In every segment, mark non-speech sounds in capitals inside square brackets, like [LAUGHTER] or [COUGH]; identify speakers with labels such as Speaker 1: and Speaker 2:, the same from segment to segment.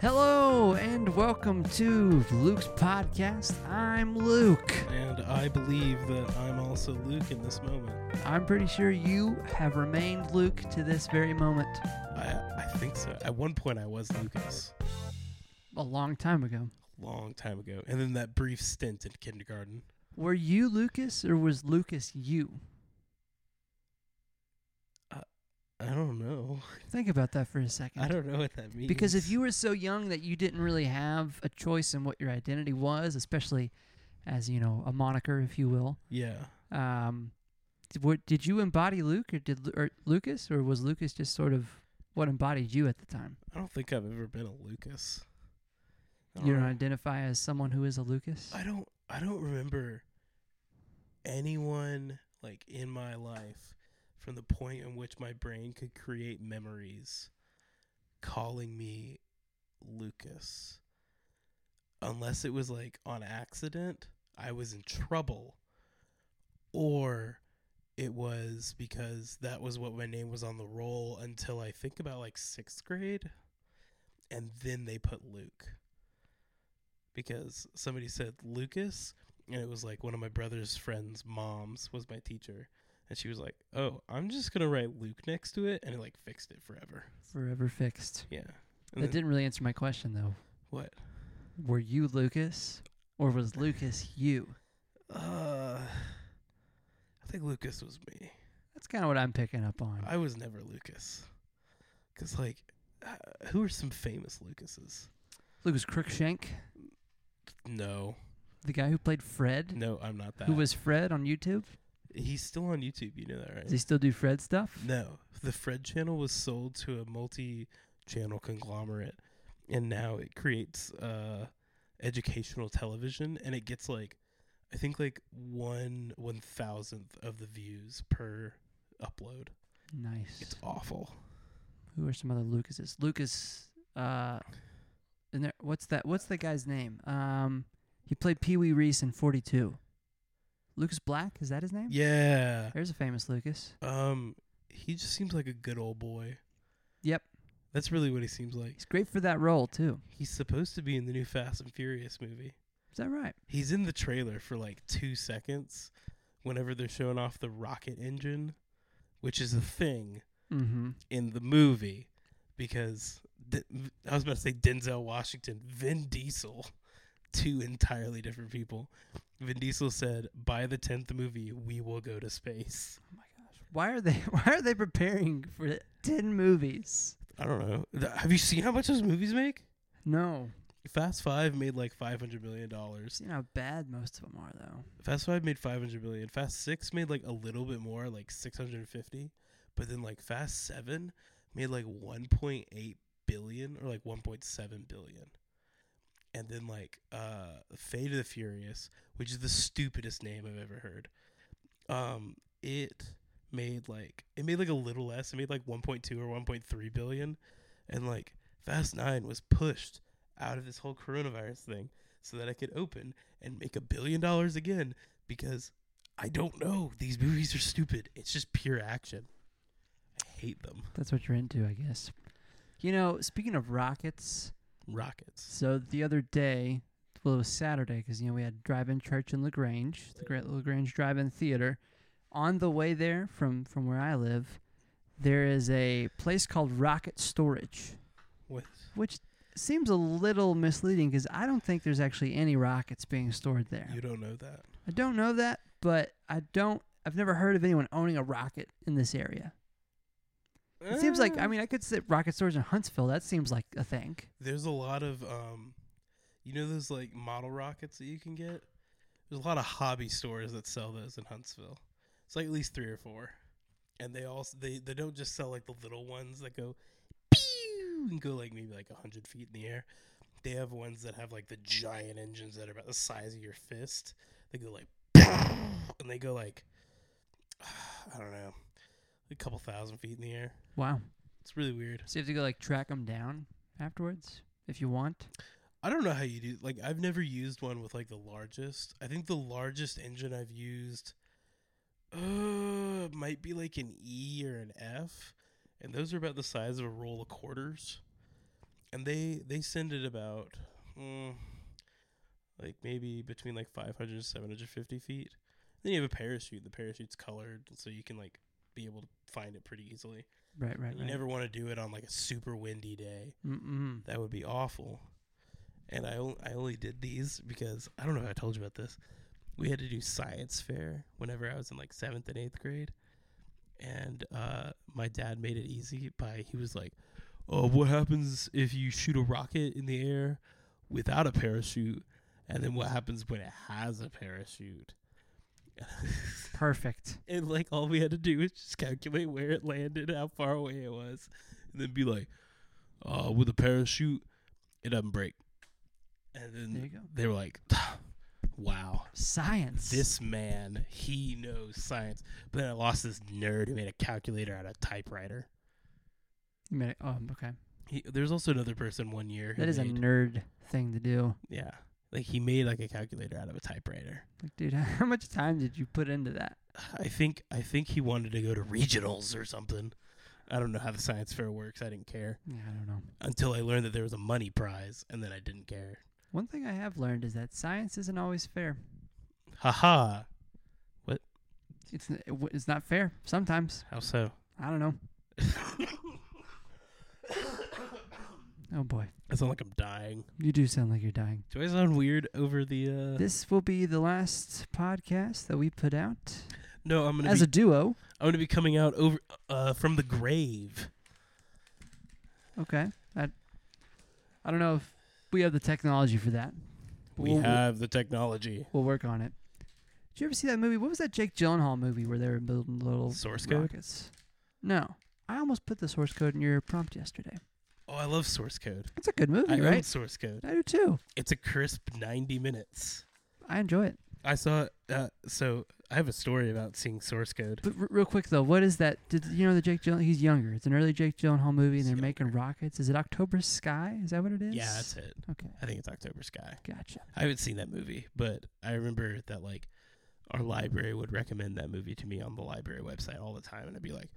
Speaker 1: Hello and welcome to Luke's podcast. I'm Luke.
Speaker 2: And I believe that I'm also Luke in this moment.
Speaker 1: I'm pretty sure you have remained Luke to this very moment
Speaker 2: I, I think so. At one point, I was Lucas
Speaker 1: a long time ago.
Speaker 2: a long time ago. And then that brief stint in kindergarten.
Speaker 1: Were you Lucas or was Lucas you?
Speaker 2: I don't know. [LAUGHS]
Speaker 1: Think about that for a
Speaker 2: I
Speaker 1: second.
Speaker 2: don't know what that means.
Speaker 1: Because if you were so young that you didn't really have a choice in what your identity was, especially as, you know, a moniker, if you will,
Speaker 2: Yeah.
Speaker 1: um, d- what, did you embody Luke or did Lu- or Lucas or was Lucas just sort of what embodied you at the time?
Speaker 2: I don't think I've ever been a Lucas. I
Speaker 1: You
Speaker 2: don't
Speaker 1: don't
Speaker 2: know.
Speaker 1: identify as someone who is a Lucas?
Speaker 2: I don't I don't remember anyone like in my life from the point in which my brain could create memories calling me Lucas. Unless it was like on accident, I was in trouble or it was because that was what my name was on the roll until I think about like 6th grade and then they put Luke because somebody said Lucas, and it was like one of my brother's friends' moms was my teacher, and she was like, "Oh, I'm just gonna write Luke next to it," and it like fixed it forever.
Speaker 1: Forever fixed.
Speaker 2: Yeah,
Speaker 1: That
Speaker 2: and then,
Speaker 1: didn't really answer my question though.
Speaker 2: what?
Speaker 1: Were you Lucas or was Lucas you?
Speaker 2: Uh, I think Lucas was me.
Speaker 1: That's kind of what I'm picking up on.
Speaker 2: I was never Lucas, cause like, uh, who are some famous Lucases?
Speaker 1: Lucas Crookshank,
Speaker 2: No,
Speaker 1: the guy who played Fred,
Speaker 2: no, I'm not that.
Speaker 1: who was Fred on YouTube.
Speaker 2: He's still on YouTube. You know that, right?
Speaker 1: Does he still do Fred stuff?
Speaker 2: No, the Fred channel was sold to a multi-channel conglomerate, and now it creates uh, educational television, and it gets like, I think like one one thousandth of the views per upload.
Speaker 1: Nice.
Speaker 2: It's awful.
Speaker 1: Who are some other Lucases? Lucas, uh, and there, what's that? What's the guy's name? Um, he played Pee Wee Reese in 42. Lucas Black, is that his name?
Speaker 2: Yeah.
Speaker 1: There's a famous Lucas.
Speaker 2: Um, he just seems like a good old boy.
Speaker 1: Yep.
Speaker 2: That's really what he seems like.
Speaker 1: He's great for that role too.
Speaker 2: He's supposed to be in the new Fast and Furious movie.
Speaker 1: Is that right?
Speaker 2: He's in the trailer for like two seconds whenever they're showing off the rocket engine, which is a thing
Speaker 1: Mm-hmm.
Speaker 2: in the movie because D- I was about to say Denzel Washington, Vin Diesel, two entirely different people. Vin Diesel said, by the 10th movie, we will go to space.
Speaker 1: Why are they [LAUGHS] why are they preparing for ten movies?
Speaker 2: I don't know. Th- Have you seen how much those movies make?
Speaker 1: No.
Speaker 2: Fast Five made like $500 million.
Speaker 1: Seen how bad most of them are though.
Speaker 2: Fast Five made five hundred million. Fast Six made like a little bit more, like six hundred and fifty. But then like Fast Seven made like one point eight billion or like one point seven billion. And then like uh Fate of the Furious, which is the stupidest name I've ever heard. Um, it made like it made like a little less. It made like one point two or one point three billion. And like Fast Nine was pushed out of this whole coronavirus thing so that I could open and make a billion dollars again because I don't know. These movies are stupid. It's just pure action. I hate them.
Speaker 1: That's what you're into, I guess. You know, speaking of rockets,
Speaker 2: Rockets.
Speaker 1: so the other day, well, it was Saturday because you know we had drive-in church in Lagrange, the Great Lagrange Drive-In Theater. On the way there from from where I live, there is a place called Rocket Storage,
Speaker 2: What?
Speaker 1: which seems a little misleading because I don't think there's actually any rockets being stored there.
Speaker 2: You don't know that.
Speaker 1: I don't know that, but I don't. I've never heard of anyone owning a rocket in this area. It seems
Speaker 2: Uh.
Speaker 1: like I mean I could sit rocket stores in Huntsville. That seems like a thing.
Speaker 2: there's a lot of um, you know those like model rockets that you can get. There's a lot of hobby stores that sell those in Huntsville. It's like at least three or four, and they also they they don't just sell like the little ones that go pew and go like maybe like hundred feet in the air. They have ones that have like the giant engines that are about the size of your fist. They go like [LAUGHS] and they go like [SIGHS] I don't know, a couple thousand feet in the air.
Speaker 1: Wow.
Speaker 2: It's really weird.
Speaker 1: So you have to go like track them down afterwards if you want.
Speaker 2: I don't know how you do. Like, I've never used one with like the largest. I think the largest engine I've used uh, might be like an E or an F, and those are about the size of a roll of quarters. and they they send it about mm, like maybe between like 500 and 750 feet then you have a parachute the parachute's colored so you can like be able to find it pretty easily
Speaker 1: Right, right,
Speaker 2: And you
Speaker 1: right.
Speaker 2: never want to do it on like a super windy day
Speaker 1: Mm-mm.
Speaker 2: that would be awful and I, on- I only did these because i don't know if i told you about this we had to do science fair whenever i was in like seventh and eighth grade and uh, my dad made it easy by he was like oh what happens if you shoot a rocket in the air without a parachute and then what happens when it has a parachute [LAUGHS]
Speaker 1: Perfect.
Speaker 2: and like all we had to do was just calculate where it landed, how far away it was, and then be like, uh, with a parachute, it doesn't break. And
Speaker 1: There you
Speaker 2: then
Speaker 1: go.
Speaker 2: they were like, wow,
Speaker 1: Science.
Speaker 2: this man, he knows science. But then I lost this nerd who made a calculator out of typewriter.
Speaker 1: You made it- oh, okay.
Speaker 2: He, there's also another person one year who
Speaker 1: That is a
Speaker 2: made,
Speaker 1: nerd thing to do.
Speaker 2: yeah, like he made like a calculator out of a typewriter.
Speaker 1: Like, dude, [LAUGHS] how much time did you put into that?
Speaker 2: I think I think he wanted to go to regionals or something. I don't know how the science fair works. I didn't care.
Speaker 1: Yeah, I don't know.
Speaker 2: until I learned that there was a money prize, and then I didn't care.
Speaker 1: One thing I have learned is that science isn't always fair.
Speaker 2: Haha.
Speaker 1: It's n- it w- it's not fair sometimes.
Speaker 2: How so?
Speaker 1: I don't know.
Speaker 2: [COUGHS]
Speaker 1: Oh boy,
Speaker 2: I sound like I'm dying.
Speaker 1: you do sound like you're dying.
Speaker 2: Do I sound weird over the? uh
Speaker 1: This will be the last podcast that we put out
Speaker 2: No, I'm gonna
Speaker 1: as
Speaker 2: be.
Speaker 1: a duo.
Speaker 2: i am I'm gonna be coming out over uh from the grave.
Speaker 1: Okay. I, I don't know if we have the technology for that. but
Speaker 2: We
Speaker 1: we'll,
Speaker 2: have the technology.
Speaker 1: We'll work on it. Did you ever see that movie? What was that Jake Gyllenhaal movie where they were building little
Speaker 2: Source code?
Speaker 1: rockets? No, I almost put the source code in your prompt yesterday.
Speaker 2: Oh, I love source code.
Speaker 1: That's a good movie,
Speaker 2: I own
Speaker 1: right?
Speaker 2: source code.
Speaker 1: I do too.
Speaker 2: It's a crisp 90 minutes.
Speaker 1: I enjoy it.
Speaker 2: I saw. Uh, so I have a story about seeing source code.
Speaker 1: But r- real quick though, what is that? Did you know the Jake Gyllenhaal? He's younger. It's an early Jake Gyllenhaal movie, and
Speaker 2: He's
Speaker 1: they're making rockets. Is it October Sky? Is that what it is?
Speaker 2: Yeah, that's it.
Speaker 1: Okay,
Speaker 2: I think it's October Sky.
Speaker 1: gotcha.
Speaker 2: I haven't seen that movie, but I remember that like our library would recommend that movie to me on the library website all the time, and I'd be like,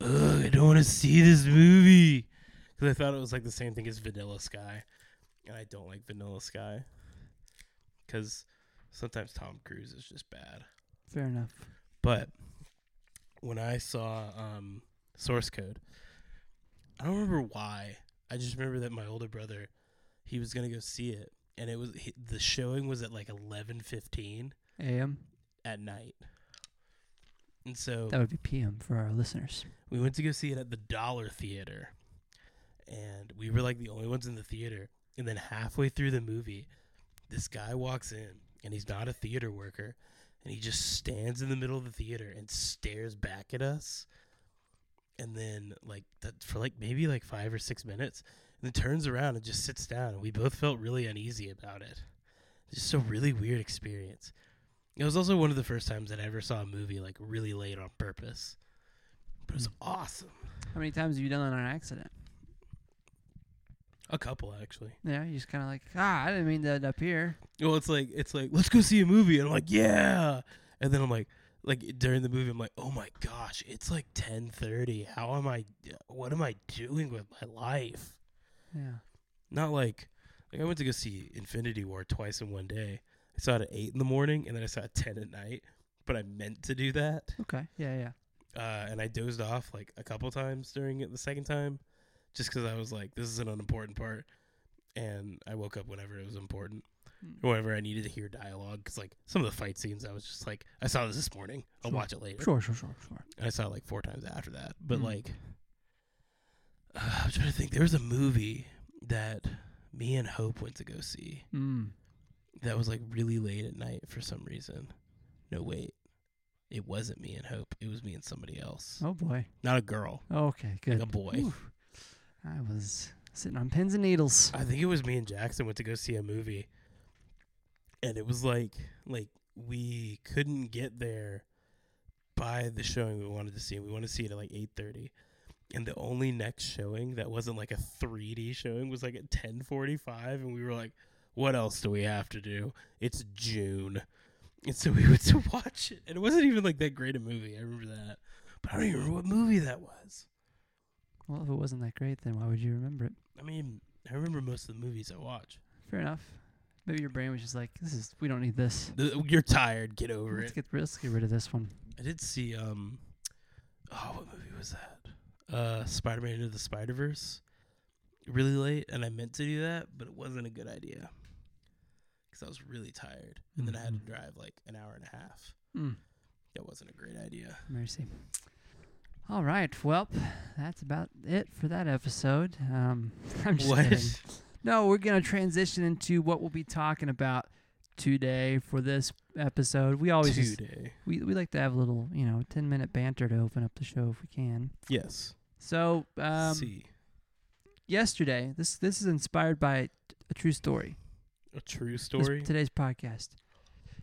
Speaker 2: "Ugh, I don't want to see this movie," because I thought it was like the same thing as Vanilla Sky, and I don't like Vanilla Sky because sometimes Tom Cruise is just bad.
Speaker 1: Fair enough.
Speaker 2: But when I saw um, Source Code, I don't remember why. I just remember that my older brother, he was gonna go see it, and it was he, the showing was at like eleven fifteen
Speaker 1: AM.
Speaker 2: at night, and so
Speaker 1: That would be PM for our listeners.
Speaker 2: we went to go see it at the Dollar Theater, and we were like the only ones in the theater. And then halfway through the movie, this guy walks in, and he's not a theater worker, and he just stands in the middle of the theater and stares back at us. And then, like that, for like maybe like five or six minutes, and then turns around and just sits down. And we both felt really uneasy about it. Just a really weird experience. It was also one of the first times that I ever saw a movie like really late on purpose. But it was awesome.
Speaker 1: How many times have you done that on accident?
Speaker 2: A couple actually.
Speaker 1: Yeah, you just kind of like, ah, I didn't mean to end up here.
Speaker 2: Well, it's like it's like let's go see a movie, and I'm like yeah, and then I'm like like during the movie I'm like oh my gosh it's like 10:30. How am I? What am I doing with my life?
Speaker 1: Yeah.
Speaker 2: Not like like I went to go see Infinity War twice in one day. I saw it at eight in the morning, and then I saw it at ten at night. But I meant to do that,
Speaker 1: Okay. Yeah, yeah.
Speaker 2: uh, and I dozed off like a couple times during it. The second time, just because I was like, this is an unimportant part, and I woke up whenever it was important.
Speaker 1: Mm.
Speaker 2: whenever I needed to hear dialogue because like some of the fight scenes I was just like I saw this this morning I'll
Speaker 1: Sure.
Speaker 2: watch it later
Speaker 1: Sure, sure, sure, sure.
Speaker 2: I saw it like four times after that but
Speaker 1: Mm.
Speaker 2: like [SIGHS] I'm trying to think there was a movie that me and Hope went to go see
Speaker 1: Mm.
Speaker 2: that was like really late at night for some reason no wait it wasn't me and Hope it was me and somebody else
Speaker 1: Oh boy.
Speaker 2: not a girl
Speaker 1: Okay,
Speaker 2: like
Speaker 1: good.
Speaker 2: a boy
Speaker 1: Oof. I was sitting on pins and needles.
Speaker 2: I think it was me and Jackson went to go see a movie, and it was like like we couldn't get there by the showing we wanted to see. We wanted to see it at like eight thirty, and the only next showing that wasn't like a three D showing was like at ten forty five, and we were like, "What else do we have to do? It's June." And so we [LAUGHS] went to watch it, and it wasn't even like that great a movie. I remember that, but I don't even remember what movie that was.
Speaker 1: Well, if it wasn't that great, then why would you remember it?
Speaker 2: I mean, I remember most of the movies I watch.
Speaker 1: Fair enough. Maybe your brain was just like, this is we don't need this.
Speaker 2: Th- You're tired. Get over
Speaker 1: Let's
Speaker 2: it.
Speaker 1: get let's get rid of this one.
Speaker 2: I did see. Um, oh, what movie was that? Uh, Spider-Man into the Spider-Verse. Really late, and I meant to do that, but it wasn't a good idea because I was really tired, and then I had
Speaker 1: Mhm.
Speaker 2: to drive like an hour and a half.
Speaker 1: Mm,
Speaker 2: That wasn't a
Speaker 1: [LAUGHS]
Speaker 2: great idea.
Speaker 1: mercy. All right. Well, that's about it for that episode. Um, [LAUGHS] I'm just
Speaker 2: What?
Speaker 1: kidding. No, we're gonna transition into what we'll be talking about today for this episode. We always just-
Speaker 2: Today.
Speaker 1: we we like to have a little you know ten minute banter to open up the show if we can.
Speaker 2: Yes.
Speaker 1: So um,
Speaker 2: See
Speaker 1: yesterday, this this is inspired by t- a true story.
Speaker 2: a true
Speaker 1: this-
Speaker 2: story.
Speaker 1: today's podcast.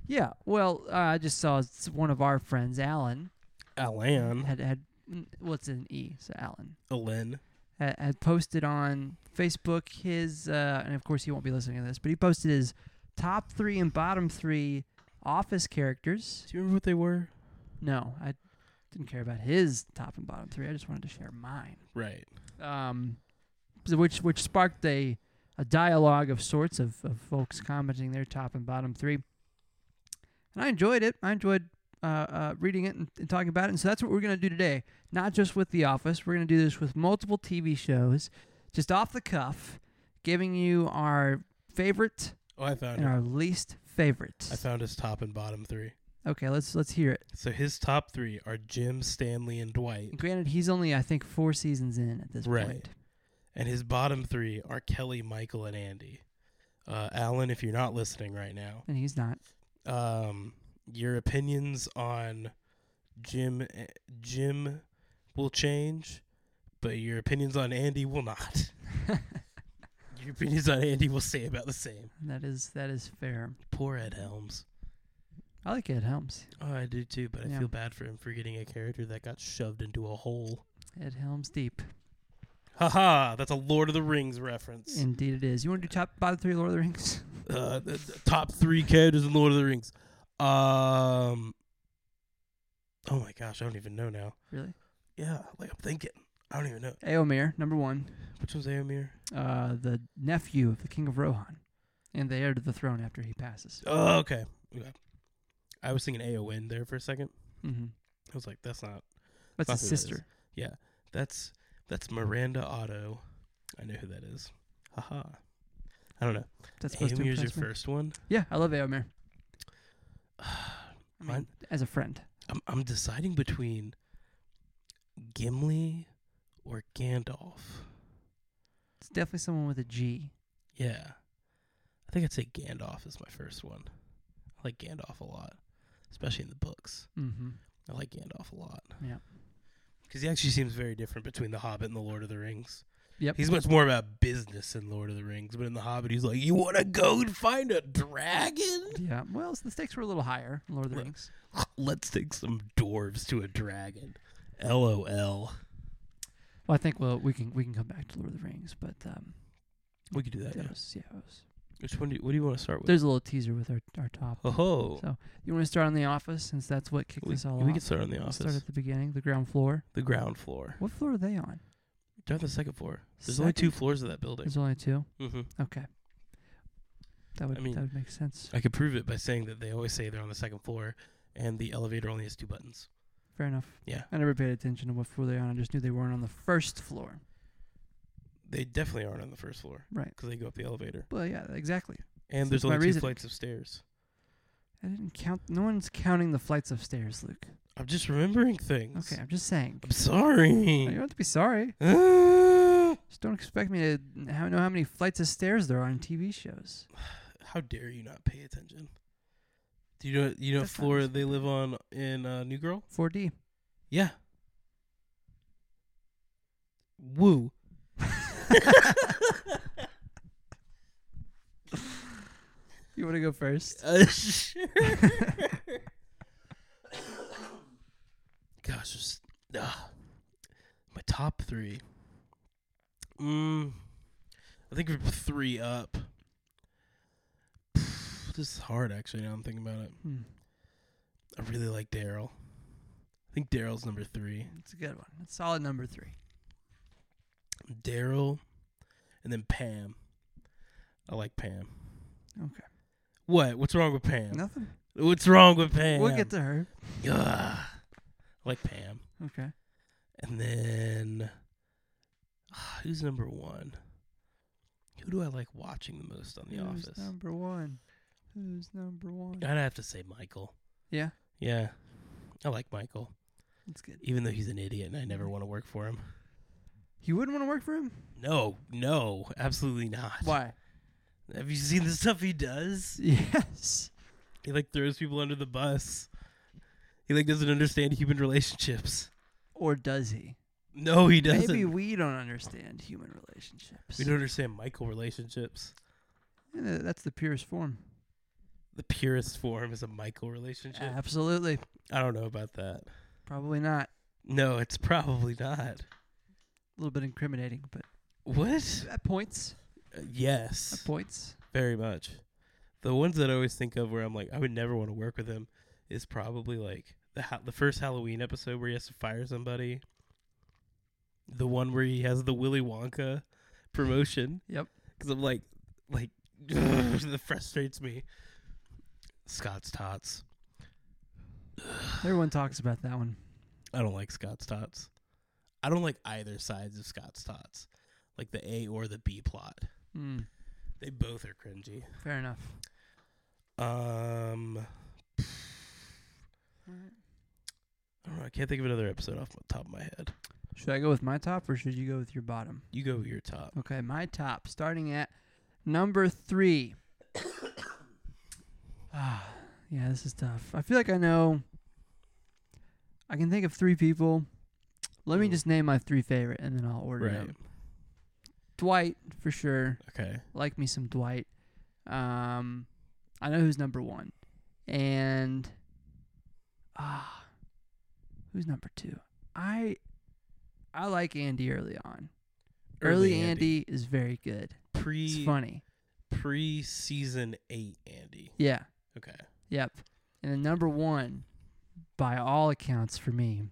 Speaker 1: Yeah, well, uh, I just saw s- one of our friends, Alan,
Speaker 2: Alan.
Speaker 1: had had n- what's an E, so Alan
Speaker 2: Alan.
Speaker 1: had, had posted on Facebook his, uh, and of course he won't be listening to this, but he posted his top three and bottom three Office characters.
Speaker 2: Do you remember what they were?
Speaker 1: No, I didn't care about his top and bottom three. I just wanted to share mine,
Speaker 2: Right.
Speaker 1: um, so which which sparked a a dialogue of sorts of, of folks commenting their top and bottom three. And I enjoyed it. I enjoyed uh, uh, reading it and, and talking about it. And so that's what we're going to do today. Not just with The Office, we're going to do this with multiple TV shows, just off the cuff, giving you our favorite
Speaker 2: Oh, I found
Speaker 1: and
Speaker 2: it.
Speaker 1: our least favorite.
Speaker 2: I found his top and bottom three.
Speaker 1: Okay, let's let's hear it.
Speaker 2: So his top three are Jim, Stanley, and Dwight,
Speaker 1: Granted, he's only I think four seasons in at this
Speaker 2: Right.
Speaker 1: point.
Speaker 2: and his bottom three are Kelly, Michael, and Andy. Uh, Alan, if you're not listening right now,
Speaker 1: and he's not.
Speaker 2: um, your opinions on Jim Jim will change, but your opinions on Andy will not. your opinions on Andy will stay about the same.
Speaker 1: That is that is fair.
Speaker 2: Poor Ed Helms.
Speaker 1: I like Ed Helms.
Speaker 2: Oh, I do too, but I
Speaker 1: Yeah.
Speaker 2: feel bad for him for getting a character that got shoved into a hole.
Speaker 1: Ed Helms deep.
Speaker 2: Haha, that's a Lord of the Rings reference.
Speaker 1: Indeed, it is. You want to do top bottom three Lord of the Rings?
Speaker 2: uh, the, the top three characters in Lord of the Rings. Um. Oh my gosh, I don't even know now.
Speaker 1: really?
Speaker 2: Yeah, like I'm thinking, I don't even know
Speaker 1: Eomer, number one,
Speaker 2: which one's Aemir.
Speaker 1: uh, the nephew of the King of Rohan, and the heir to the throne after he passes.
Speaker 2: Oh, okay. okay. I was thinking Aowen there for a second.
Speaker 1: hmm
Speaker 2: I was like, that's not.
Speaker 1: That's
Speaker 2: That's
Speaker 1: his
Speaker 2: who that is.
Speaker 1: sister.
Speaker 2: That's that's Miranda Otto. I know who that is. Haha. I don't know.
Speaker 1: That's supposed to
Speaker 2: Aemir's your
Speaker 1: impress me.
Speaker 2: first one.
Speaker 1: Yeah, I love
Speaker 2: [SIGHS]
Speaker 1: Eomer. I mean,
Speaker 2: Mine-
Speaker 1: as a friend.
Speaker 2: I'm I'm deciding between Gimli or Gandalf.
Speaker 1: It's definitely someone with a G.
Speaker 2: Yeah. I think I'd say Gandalf is my first one. I like Gandalf a lot, especially in the books.
Speaker 1: Mm-hmm.
Speaker 2: I like Gandalf a lot.
Speaker 1: Yeah.
Speaker 2: Because he actually seems very different between The Hobbit and The Lord of the Rings.
Speaker 1: Yep.
Speaker 2: He's much more about business in Lord of the Rings, but in The Hobbit, he's like, You want to go and find a dragon? [LAUGHS]
Speaker 1: yeah. Well, the stakes were a little higher in Lord of the
Speaker 2: Look.
Speaker 1: Rings.
Speaker 2: Let's take some dwarves to a dragon. LOL.
Speaker 1: Well, I think well we can we can come back to Lord of the Rings, but um,
Speaker 2: We could do that.
Speaker 1: that
Speaker 2: Yeah.
Speaker 1: was, yeah, that was-
Speaker 2: Which one do you, what do you want to start with?
Speaker 1: there's a little teaser with our our top.
Speaker 2: oh, ho.
Speaker 1: So you want to start on the office since that's what kicked
Speaker 2: we,
Speaker 1: us all
Speaker 2: we
Speaker 1: off.
Speaker 2: could start on the
Speaker 1: Let's
Speaker 2: office.
Speaker 1: Start at the beginning, the ground floor.
Speaker 2: the ground floor.
Speaker 1: What floor are they on?
Speaker 2: They're on the second floor. There's only two
Speaker 1: Second?
Speaker 2: floors of that building.
Speaker 1: There's only two.
Speaker 2: Mm-hmm.
Speaker 1: Okay, that would
Speaker 2: mean-
Speaker 1: that would make sense.
Speaker 2: I could prove it by saying that they always say they're on the second floor, and the elevator only has two buttons.
Speaker 1: Fair enough.
Speaker 2: Yeah.
Speaker 1: I never paid attention to what floor they're on. I just knew they weren't on the first floor.
Speaker 2: They definitely aren't on the first floor
Speaker 1: Right.
Speaker 2: because they go up the elevator,
Speaker 1: Well, yeah, exactly.
Speaker 2: and
Speaker 1: So
Speaker 2: there's
Speaker 1: that's my
Speaker 2: only two
Speaker 1: reasoning.
Speaker 2: flights of stairs.
Speaker 1: I didn't count. No one's counting the flights of stairs, Luke.
Speaker 2: I'm just remembering things.
Speaker 1: Okay, I'm just saying.
Speaker 2: I'm
Speaker 1: You don't
Speaker 2: sorry.
Speaker 1: have to be sorry.
Speaker 2: Ah,
Speaker 1: Just don't expect me to n- how- know how many flights of stairs there are in TV shows.
Speaker 2: [GASPS] How dare you not pay attention? Do you know you know what
Speaker 1: That's not
Speaker 2: floor
Speaker 1: his
Speaker 2: they live on in uh, New Girl?
Speaker 1: 4D.
Speaker 2: Yeah. Woo.
Speaker 1: You want to go first?
Speaker 2: Uh, sure. Gosh, just ah, my top three. Mm, I think we put three up. [SIGHS] This is hard, actually. Now I'm thinking about it.
Speaker 1: Hmm,
Speaker 2: I really like Daryl. I think Daryl's number three.
Speaker 1: it's a good one. It's solid number three.
Speaker 2: Daryl, and then Pam. I like Pam.
Speaker 1: Okay.
Speaker 2: What? What's wrong with Pam?
Speaker 1: Nothing.
Speaker 2: What's wrong with Pam?
Speaker 1: We'll get to her.
Speaker 2: Ugh. I like Pam.
Speaker 1: Okay.
Speaker 2: And then ah, who's number one? Who do I like watching the most on The
Speaker 1: Who's
Speaker 2: Office?
Speaker 1: number one? Who's number one?
Speaker 2: I'd have to say Michael.
Speaker 1: Yeah,
Speaker 2: Yeah. I like Michael.
Speaker 1: that's good.
Speaker 2: Even though he's an idiot and I never want to work for him.
Speaker 1: You wouldn't want to work for him?
Speaker 2: No, no, absolutely not.
Speaker 1: Why?
Speaker 2: Have you seen the stuff he does?
Speaker 1: [LAUGHS] Yes.
Speaker 2: He like throws people under the bus. He like doesn't understand human relationships.
Speaker 1: Or does he?
Speaker 2: No, he doesn't.
Speaker 1: Maybe we don't understand human relationships.
Speaker 2: we don't understand Michael relationships.
Speaker 1: Yeah, Eh, that's the purest form.
Speaker 2: The purest form is a Michael relationship.
Speaker 1: Absolutely.
Speaker 2: I don't know about that.
Speaker 1: Probably not.
Speaker 2: No, it's probably not.
Speaker 1: A little bit incriminating, but
Speaker 2: What?
Speaker 1: at points,
Speaker 2: Uh,
Speaker 1: at
Speaker 2: yes,
Speaker 1: points.
Speaker 2: very much. The ones that I always think of where I'm like, I would never want to work with him, is probably like the ha- the first Halloween episode where he has to fire somebody. The one where he has the Willy Wonka promotion.
Speaker 1: Yep.
Speaker 2: Because I'm like, like [LAUGHS] that frustrates me. Scott's tots.
Speaker 1: Everyone talks about that one.
Speaker 2: I don't like Scott's tots. I don't like either sides of Scott's tots, like the A or the B plot.
Speaker 1: Mm,
Speaker 2: They both are cringy.
Speaker 1: fair enough.
Speaker 2: Um, I don't know. I can't think of another episode off the top of my head.
Speaker 1: Should I go with my top or should you go with your bottom?
Speaker 2: You go with your top.
Speaker 1: Okay, my top starting at number three. [COUGHS] ah, yeah, this is tough. I feel like I know. I can think of three people. Let me
Speaker 2: Mm.
Speaker 1: just name my three favorite, and then I'll order
Speaker 2: Right.
Speaker 1: them. Dwight for sure.
Speaker 2: Okay.
Speaker 1: Like me some Dwight. Um, I know who's number one, and ah, who's number two? I I like Andy early on. Early, Andy. is very good. It's
Speaker 2: Pre
Speaker 1: funny.
Speaker 2: pre season eight Andy.
Speaker 1: Yeah.
Speaker 2: Okay.
Speaker 1: Yep. And the number one, by all accounts for me,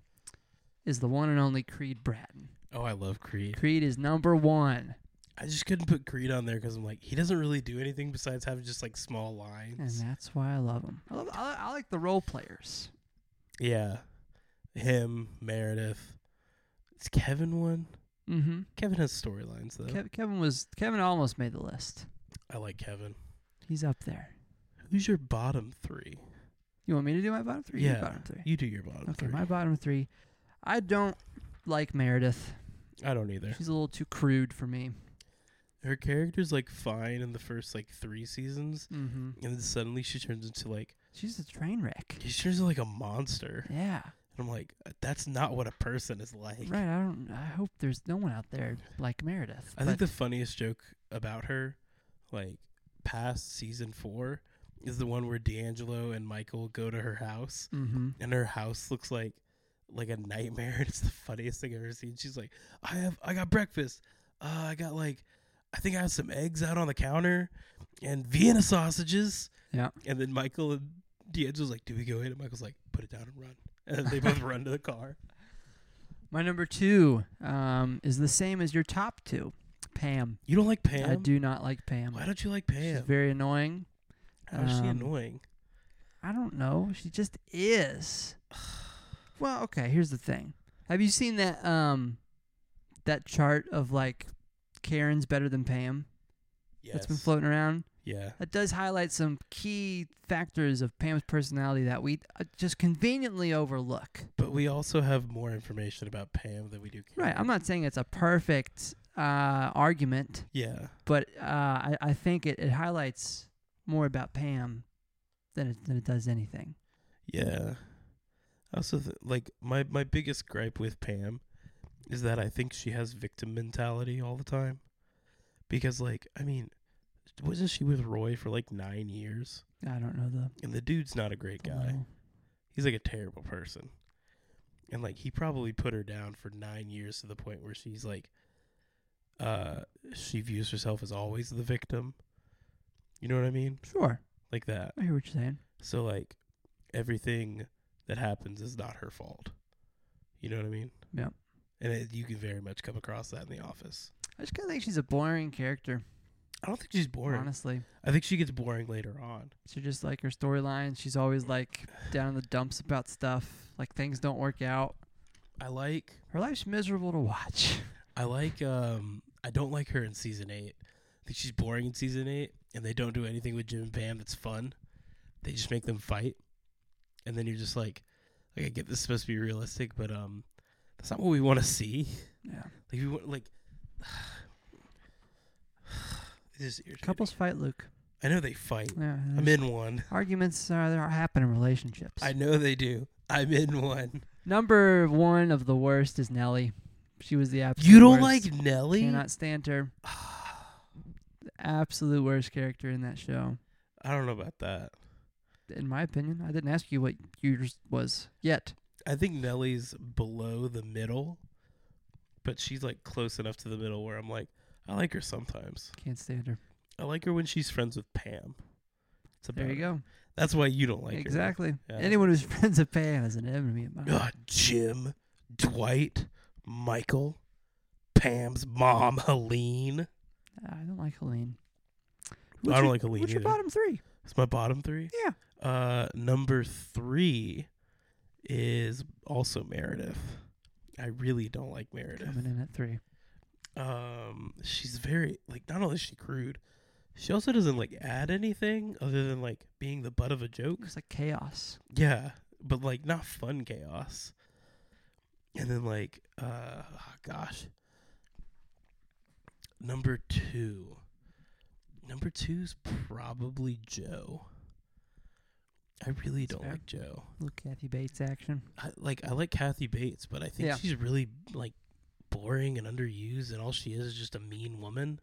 Speaker 1: is the one and only Creed Bratton.
Speaker 2: Oh, I love Creed.
Speaker 1: Creed is number one.
Speaker 2: I just couldn't put Creed on there because I'm like, he doesn't really do anything besides have just like small
Speaker 1: And
Speaker 2: lines.
Speaker 1: that's why I love him. I, love, I, li- I like the role players.
Speaker 2: Yeah. Him, Meredith. Is Kevin one?
Speaker 1: Mm-hmm.
Speaker 2: Kevin has storylines though.
Speaker 1: Kev- Kevin was Kevin almost made the list.
Speaker 2: I like Kevin.
Speaker 1: He's up there.
Speaker 2: Who's your bottom three?
Speaker 1: You want me to do my bottom three? You do
Speaker 2: Yeah.
Speaker 1: Bottom three.
Speaker 2: You do your bottom
Speaker 1: Okay,
Speaker 2: three.
Speaker 1: my bottom three. I don't like Meredith.
Speaker 2: I don't either.
Speaker 1: She's a little too crude for me.
Speaker 2: her character's like fine in the first like three seasons,
Speaker 1: Mm-hmm.
Speaker 2: and then suddenly she turns into like
Speaker 1: She's a train wreck.
Speaker 2: she turns into like a monster.
Speaker 1: Yeah.
Speaker 2: And I'm like, "Uh, that's not what a person is like.
Speaker 1: Right. I don't. I hope there's no one out there like Meredith.
Speaker 2: I think
Speaker 1: but-
Speaker 2: the funniest joke about her, like past season four, is the one where D'Angelo and Michael go to her house,
Speaker 1: Mm-hmm.
Speaker 2: and her house looks like like a nightmare. [LAUGHS] It's the funniest thing I've ever seen. She's like, I have, I got breakfast. Uh, I got like, I think I have some eggs out on the counter, and Vienna sausages.
Speaker 1: Yeah.
Speaker 2: And then Michael and D'Angelo's like, "Do we go in?" And Michael's like, "Put it down and run." [LAUGHS] And they both run to the car.
Speaker 1: My number two um, is the same as your top two, Pam.
Speaker 2: You don't like Pam?
Speaker 1: I do not like Pam.
Speaker 2: Why don't you like
Speaker 1: She's
Speaker 2: Pam?
Speaker 1: very annoying.
Speaker 2: How is she
Speaker 1: um,
Speaker 2: annoying?
Speaker 1: I don't know. She just
Speaker 2: [SIGHS]
Speaker 1: is. well, okay. Here's the thing. Have you seen that um, that chart of like Karen's better than Pam
Speaker 2: Yes.
Speaker 1: that's been floating around?
Speaker 2: yeah.
Speaker 1: That does highlight some key factors of Pam's personality that we uh, just conveniently overlook.
Speaker 2: But we also have more information about Pam than we do. Karen.
Speaker 1: Right. I'm not saying it's a perfect uh, argument.
Speaker 2: Yeah.
Speaker 1: but uh, I, I think it, it highlights more about Pam than it, than it does anything.
Speaker 2: Yeah. I also th- like my my biggest gripe with Pam is that I think she has victim mentality all the time. Because like, I mean, wasn't she with Roy for like 9 years?
Speaker 1: I don't know the,
Speaker 2: And the dude's not a great
Speaker 1: the
Speaker 2: guy.
Speaker 1: level.
Speaker 2: He's like a terrible person. And like he probably put her down for 9 years to the point where she's like uh she views herself as always the victim. You know what I mean?
Speaker 1: Sure,
Speaker 2: Like that.
Speaker 1: I hear what you're saying.
Speaker 2: So like everything that happens is not her fault. You know what I mean?
Speaker 1: Yeah.
Speaker 2: and it, you can very much come across that in The Office.
Speaker 1: I just kind of think she's a boring character,
Speaker 2: I don't think she's boring.
Speaker 1: honestly.
Speaker 2: I think she gets boring later on.
Speaker 1: So just like her storyline, she's always like down in the dumps about stuff, like things don't work out.
Speaker 2: I like
Speaker 1: Her life's miserable to watch.
Speaker 2: I like um I don't like her in season eight. I think she's boring in season eight and they don't do anything with Jim and Pam that's fun. They just make them fight. And then you're just like like I get this is supposed to be realistic, but um that's not what we want to see.
Speaker 1: Yeah.
Speaker 2: Like we want like [SIGHS] it is irritating.
Speaker 1: Couples fight, Luke.
Speaker 2: I know they fight.
Speaker 1: Yeah.
Speaker 2: I'm
Speaker 1: there's-
Speaker 2: in one.
Speaker 1: Arguments uh, are there happen in relationships.
Speaker 2: I know they do. I'm in one.
Speaker 1: Number one of the worst is Nelly. She was the absolute.
Speaker 2: [LAUGHS] You don't
Speaker 1: worst.
Speaker 2: like Nelly?
Speaker 1: Cannot stand
Speaker 2: [SIGHS]
Speaker 1: her. Absolute worst character in that show,
Speaker 2: I don't know about that.
Speaker 1: in my opinion. I didn't ask you what yours was yet.
Speaker 2: I think Nellie's below the middle, but she's like close enough to the middle where I'm like, I like her sometimes.
Speaker 1: Can't stand her.
Speaker 2: I like her when she's friends with Pam. It's
Speaker 1: There
Speaker 2: about
Speaker 1: you
Speaker 2: it.
Speaker 1: go.
Speaker 2: That's why you don't like
Speaker 1: exactly.
Speaker 2: Yeah.
Speaker 1: Anyone who's [LAUGHS] friends with Pam is an enemy of mine.
Speaker 2: her. Ugh, Jim, Dwight, Michael, Pam's mom, Helene.
Speaker 1: I don't like Helene.
Speaker 2: I don't
Speaker 1: your,
Speaker 2: like Helene
Speaker 1: What's your
Speaker 2: either.
Speaker 1: bottom three?
Speaker 2: It's my bottom three.
Speaker 1: Yeah.
Speaker 2: Uh, number three is also Meredith. I really don't like Meredith.
Speaker 1: Coming in at three.
Speaker 2: um she's very like not only is she crude she also doesn't like add anything other than like being the butt of a joke
Speaker 1: It's like chaos.
Speaker 2: yeah but like not fun chaos and then like uh oh, gosh number two number two's probably joe i really
Speaker 1: That's
Speaker 2: don't
Speaker 1: fair.
Speaker 2: like joe
Speaker 1: Little Kathy Bates action.
Speaker 2: I, like I like Kathy Bates, but I think
Speaker 1: Yeah.
Speaker 2: she's really like boring and underused, and all she is is just a mean woman.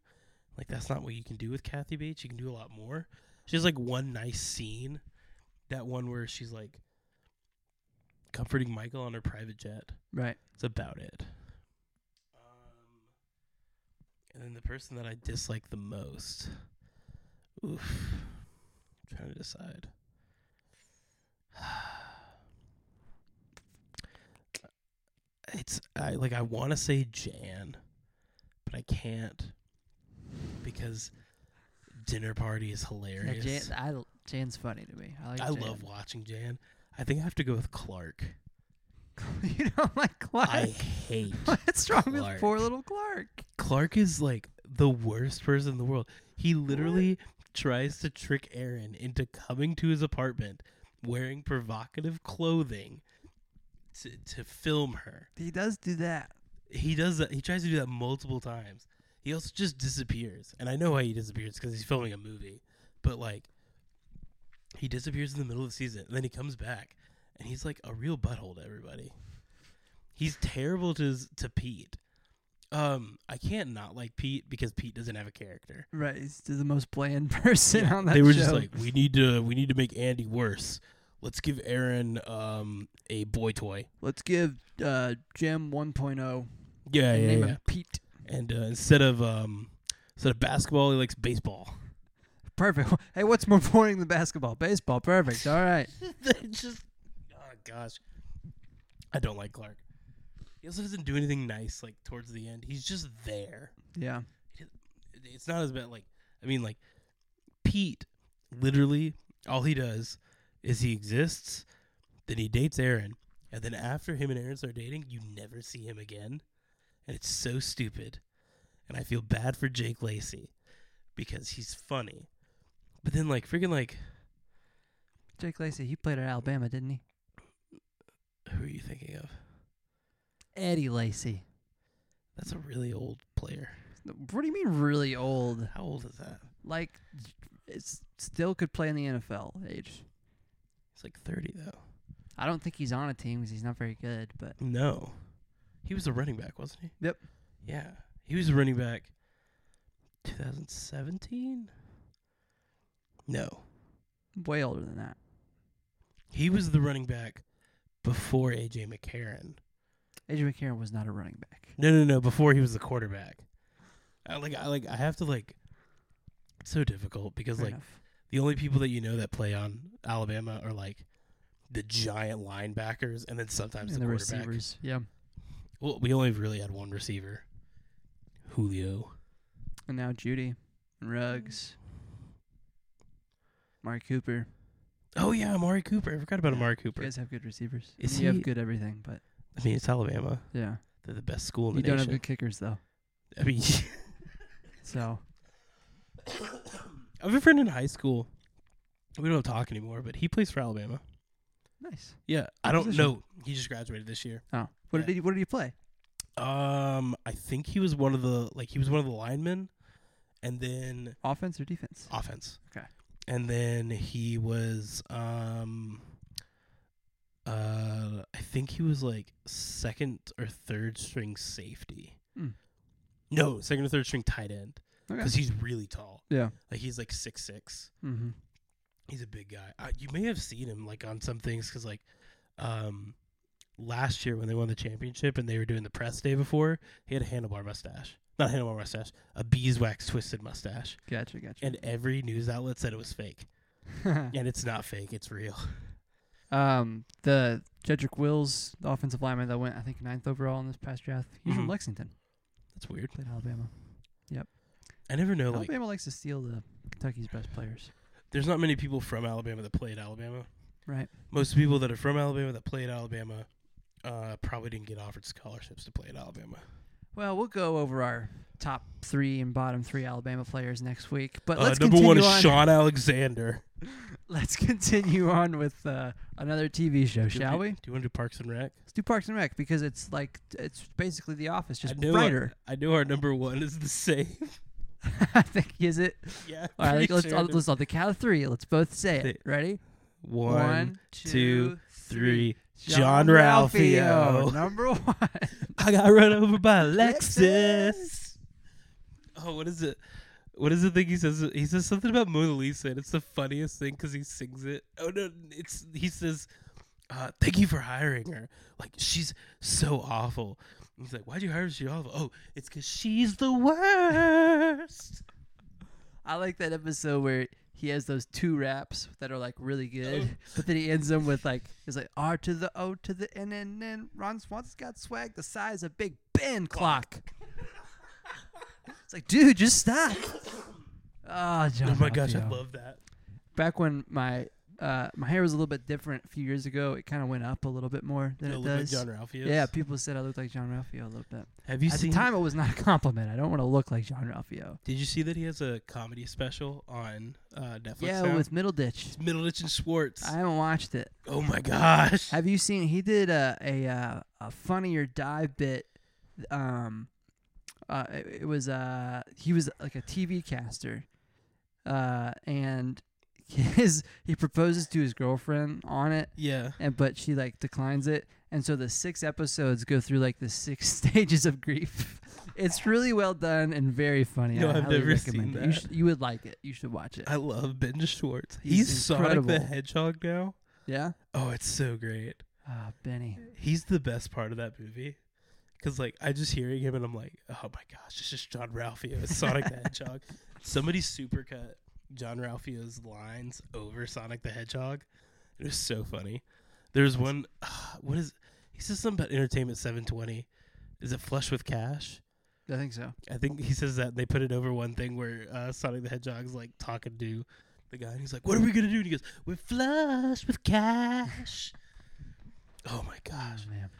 Speaker 2: Like that's not what you can do with Kathy Bates. You can do a lot more. She has like one nice scene, that one where she's like comforting Michael on her private jet.
Speaker 1: Right.
Speaker 2: It's about it. Um, and then the person that I dislike the most. Oof. I'm trying to decide. [SIGHS] It's I like I want to say Jan, but I can't because dinner party is
Speaker 1: Yeah,
Speaker 2: hilarious.
Speaker 1: Jan, I, l- Jan's funny to me. I like.
Speaker 2: I
Speaker 1: Jan. [LAUGHS]
Speaker 2: love watching Jan. I think I have to go with Clark.
Speaker 1: you don't like Clark.
Speaker 2: I hate
Speaker 1: [LAUGHS] What's wrong
Speaker 2: Clark.
Speaker 1: with poor little Clark?
Speaker 2: Clark is like the worst person in the world. He literally tries to trick Aaron into coming to his apartment wearing provocative clothing to, to film her.
Speaker 1: He does do that.
Speaker 2: He does that. He tries to do that multiple times. He also just disappears, and I know why he disappears because he's filming a movie. But like, he disappears in the middle of the season, and then he comes back, and he's like a real butthole to everybody. He's terrible to his, to Pete. Um, I can't not like Pete because Pete doesn't have a character.
Speaker 1: Right. He's the most bland [LAUGHS] person on that
Speaker 2: they were
Speaker 1: show.
Speaker 2: just like, we need to we need to make Andy worse. Let's give Aaron um a boy toy.
Speaker 1: Let's give uh, Jim 1.0.
Speaker 2: Yeah,
Speaker 1: and
Speaker 2: yeah,
Speaker 1: name
Speaker 2: yeah.
Speaker 1: him Pete.
Speaker 2: And uh, instead of um instead of basketball, he likes baseball.
Speaker 1: Perfect. [LAUGHS] Hey, what's more boring than basketball? Baseball. Perfect. All right. [LAUGHS]
Speaker 2: [LAUGHS] they just oh gosh i don't like clark he also doesn't do anything nice like towards the end he's just there
Speaker 1: Yeah.
Speaker 2: it's not as bad like i mean like pete literally all he does is he exists then he dates aaron and then after him and aaron start dating you never see him again and it's so stupid and i feel bad for jake lacey because he's funny but then like freaking like
Speaker 1: Jake Lacey, he played at Alabama, didn't he?
Speaker 2: who are you thinking of
Speaker 1: Eddie Lacey.
Speaker 2: That's a really old player.
Speaker 1: What do you mean really old?
Speaker 2: How old is that?
Speaker 1: Like, it's still could play in the NFL age.
Speaker 2: He's like 30, though.
Speaker 1: I don't think he's on a team 'cause he's not very good, but
Speaker 2: No. He was a running back, wasn't he?
Speaker 1: Yep.
Speaker 2: Yeah. He was a running back 2017? No.
Speaker 1: way older than that.
Speaker 2: He was the running back before A.J. McCarron.
Speaker 1: AJ McCarron was not a running back.
Speaker 2: No, no, no. Before he was the quarterback. I like, I like, I have to like. It's so difficult because
Speaker 1: Fair
Speaker 2: like
Speaker 1: enough.
Speaker 2: the only people that you know that play on Alabama are like the giant linebackers and then sometimes
Speaker 1: And
Speaker 2: the,
Speaker 1: the
Speaker 2: quarterback.
Speaker 1: receivers. Yeah.
Speaker 2: Well, we only really had one receiver, Julio.
Speaker 1: And now Judy, Ruggs, Mark Cooper.
Speaker 2: Oh yeah, Amari Cooper. I forgot about
Speaker 1: Yeah.
Speaker 2: Amari
Speaker 1: You
Speaker 2: Cooper.
Speaker 1: guys have good receivers.
Speaker 2: Is
Speaker 1: you
Speaker 2: he-
Speaker 1: have good everything, but
Speaker 2: I mean, it's Alabama.
Speaker 1: yeah,
Speaker 2: They're the best school in
Speaker 1: you
Speaker 2: the
Speaker 1: don't have
Speaker 2: nation.
Speaker 1: good kickers though.
Speaker 2: I mean, [COUGHS]
Speaker 1: So
Speaker 2: I have a friend in high school. We don't talk anymore, but he plays for Alabama.
Speaker 1: nice.
Speaker 2: Yeah, I don't
Speaker 1: position?
Speaker 2: know. He just graduated this year.
Speaker 1: Oh, what
Speaker 2: Yeah.
Speaker 1: did he, what did he play?
Speaker 2: Um, I think he was one of the like he was one of the linemen, and then
Speaker 1: Offense or
Speaker 2: Uh,
Speaker 1: defense?
Speaker 2: offense.
Speaker 1: Okay.
Speaker 2: And then he was um uh I think he was like second or third string safety.
Speaker 1: Hmm.
Speaker 2: No, second or third string tight end
Speaker 1: Okay.
Speaker 2: cuz he's really tall.
Speaker 1: Yeah.
Speaker 2: Like he's like six six.
Speaker 1: Mm-hmm.
Speaker 2: He's a big guy. Uh, you may have seen him like on some things cuz like um last year when they won the championship and they were doing the press day before, he had a handlebar mustache. Not a handlebar mustache, a beeswax twisted mustache.
Speaker 1: Gotcha, gotcha.
Speaker 2: And every news outlet said it was
Speaker 1: [LAUGHS]
Speaker 2: fake. And it's not fake, it's real.
Speaker 1: um, the Jedrick Wills, the offensive lineman that went I think ninth overall in this past draft. He's from
Speaker 2: Mhm.
Speaker 1: Lexington,
Speaker 2: That's weird.
Speaker 1: played Alabama.
Speaker 2: I never know like
Speaker 1: Alabama likes to steal the Kentucky's best players,
Speaker 2: there's not many people from Alabama that played Alabama.
Speaker 1: right?
Speaker 2: Most people that are from Alabama that played Alabama uh, probably didn't get offered scholarships to play at Alabama.
Speaker 1: Well, we'll go over our top three and bottom three Alabama players next week. But
Speaker 2: Uh,
Speaker 1: let's
Speaker 2: number one
Speaker 1: continue
Speaker 2: is
Speaker 1: on.
Speaker 2: Sean Alexander.
Speaker 1: Let's continue on with uh, another TV show,
Speaker 2: Do you
Speaker 1: shall
Speaker 2: wanna
Speaker 1: we?
Speaker 2: Do do you want to do Parks and Rec?
Speaker 1: Let's do Parks and Rec because it's like it's basically The Office, just
Speaker 2: I knew
Speaker 1: brighter. [LAUGHS]
Speaker 2: Our, I knew our number one is the same. [LAUGHS]
Speaker 1: I think is it.
Speaker 2: yeah.
Speaker 1: All right,
Speaker 2: pretty
Speaker 1: let's
Speaker 2: sure
Speaker 1: on,
Speaker 2: it is.
Speaker 1: let's on the count of three. Let's both say it.
Speaker 2: Th-
Speaker 1: Ready?
Speaker 2: One,
Speaker 1: two,
Speaker 2: two, three. John Ralphio.
Speaker 1: number one.
Speaker 2: I got run over by Lexus. Oh, what is it? What is the thing he says? He says something about Mona Lisa, and it's the funniest thing because he sings it. Oh no, it's he says, uh, "Thank you for hiring her. Like she's so awful." And he's like, "Why'd you hire her? She's awful." Oh, it's because she's the worst.
Speaker 1: I like that episode where he has those two raps that are like really
Speaker 2: Oh.
Speaker 1: good, [LAUGHS] but then he ends them with like he's like R to the O to the N N N. Ron Swanson's got swag the size of Big Ben clock. it's like, dude, just stop. Oh, John
Speaker 2: Oh my gosh, I
Speaker 1: Ralphio.
Speaker 2: love that.
Speaker 1: Back when my uh, my hair was a little bit different a few years ago, it kind of went up a little bit more than
Speaker 2: I
Speaker 1: it
Speaker 2: love that
Speaker 1: does.
Speaker 2: John Ralphio.
Speaker 1: Yeah, people said I looked like John Ralphio a little bit.
Speaker 2: Have you
Speaker 1: At
Speaker 2: seen?
Speaker 1: the time, it was not a compliment. I don't want to look like John Ralphio.
Speaker 2: did you see that he has a comedy special on uh, Netflix?
Speaker 1: yeah,
Speaker 2: now?
Speaker 1: with Middle Ditch.
Speaker 2: Middleditch and Schwartz.
Speaker 1: I haven't watched it.
Speaker 2: oh my gosh.
Speaker 1: Have you seen? He did a a, uh, a funnier dive bit. Um, uh, it, it was uh he was like a TV caster, uh, and [LAUGHS] his he proposes to his girlfriend on it,
Speaker 2: Yeah.
Speaker 1: and but she like declines it, and so the six episodes go through like the six [LAUGHS] stages of grief. It's really well done and very funny.
Speaker 2: No,
Speaker 1: I
Speaker 2: I've
Speaker 1: highly
Speaker 2: never
Speaker 1: recommend
Speaker 2: seen
Speaker 1: it. You,
Speaker 2: that.
Speaker 1: should, you would like it. You should watch it.
Speaker 2: I love Ben Schwartz. He's,
Speaker 1: He's
Speaker 2: Sonic the
Speaker 1: incredible.
Speaker 2: Hedgehog now.
Speaker 1: yeah.
Speaker 2: Oh, it's so great.
Speaker 1: Ah, Benny.
Speaker 2: He's the best part of that movie. Cause like I just hearing him and I'm like, oh my gosh, it's just John Ralphio, it's Sonic the
Speaker 1: [LAUGHS]
Speaker 2: Hedgehog. Somebody supercut John Ralphio's lines over Sonic the Hedgehog. It was so funny. There's one. [SIGHS] what is? He says something about Entertainment 720. Is it Flush with Cash?
Speaker 1: I think so.
Speaker 2: I think he says that they put it over one thing where uh, Sonic the Hedgehog's like talking to the guy, and he's like, "What are we gonna do?" And he goes, "We're flush with cash." [LAUGHS] oh my
Speaker 1: Oh,
Speaker 2: gosh!
Speaker 1: man.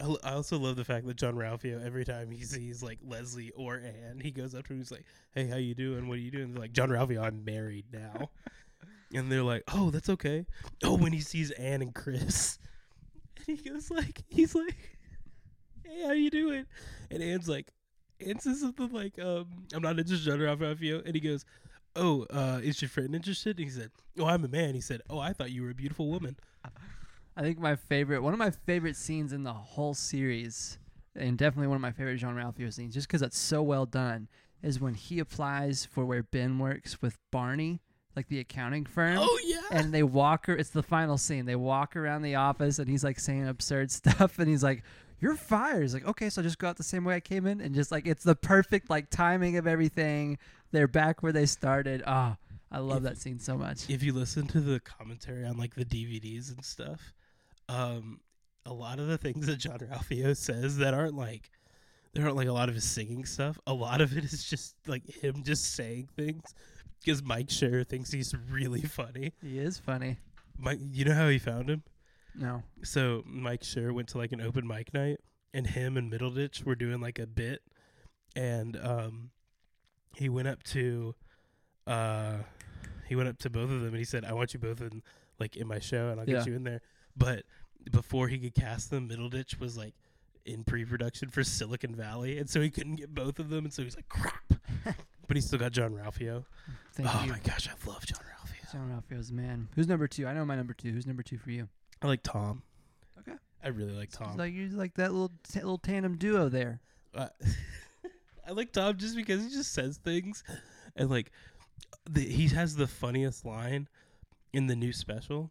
Speaker 2: I, l- I also love the fact that John Ralphio, every time he sees like Leslie or Anne, he goes up to her and he's like, "Hey, how you doing? What are you doing?" they're like, "John Ralphio, I'm married now," and they're like, "Oh, that's okay." Oh, when he sees Anne and Chris, [LAUGHS] and he goes like, he's like, "Hey, how you doing?" And Anne's like, Anne says something like, um, "I'm not interested in John Ralphio," and he goes, "Oh, uh, is your friend interested?" And he said, "Oh, I'm a man." He said, "Oh, I thought you were a beautiful woman."
Speaker 1: I think my favorite, one of my favorite scenes in the whole series, and definitely one of my favorite John Ralphio scenes, just because it's so well done, is when he applies for where Ben works with Barney, like the accounting firm.
Speaker 2: Oh yeah.
Speaker 1: And they walk her, it's the final scene. They walk around the office and he's like saying absurd [LAUGHS] stuff and he's like, You're fired. He's like, Okay, so just go out the same way I came in. And just like, it's the perfect like timing of everything. They're back where they started. Oh, I love that scene so much.
Speaker 2: if you listen to the commentary on like the DVDs and stuff, um, a lot of the things that John Ralphio says that aren't like there aren't like a lot of his singing stuff. A lot of it is just like him just saying things because Mike Scherer thinks he's really funny.
Speaker 1: He is funny.
Speaker 2: Mike, you know how he found him?
Speaker 1: No.
Speaker 2: So Mike Scherer went to like an open mic night, and him and Middleditch were doing like a bit, and um, he went up to, uh, he went up to both of them and he said, "I want you both in like in my show, and I'll
Speaker 1: Yeah.
Speaker 2: get you in there." But before he could cast them, Middleditch was like in pre-production for Silicon Valley, and so he couldn't get both of them, and so he's
Speaker 1: [LAUGHS]
Speaker 2: like, "Crap!" but he still got John Ralphio.
Speaker 1: Thank
Speaker 2: oh
Speaker 1: you.
Speaker 2: my gosh, I love John Ralphio.
Speaker 1: John Ralphio's the man. Who's number two? I know my number two. Who's number two for you?
Speaker 2: I like Tom.
Speaker 1: Okay.
Speaker 2: I really like
Speaker 1: He's
Speaker 2: Tom.
Speaker 1: like you like that little t- little tandem duo there.
Speaker 2: Uh, [LAUGHS] I like Tom just because he just says things, and like the, he has the funniest line in the new special,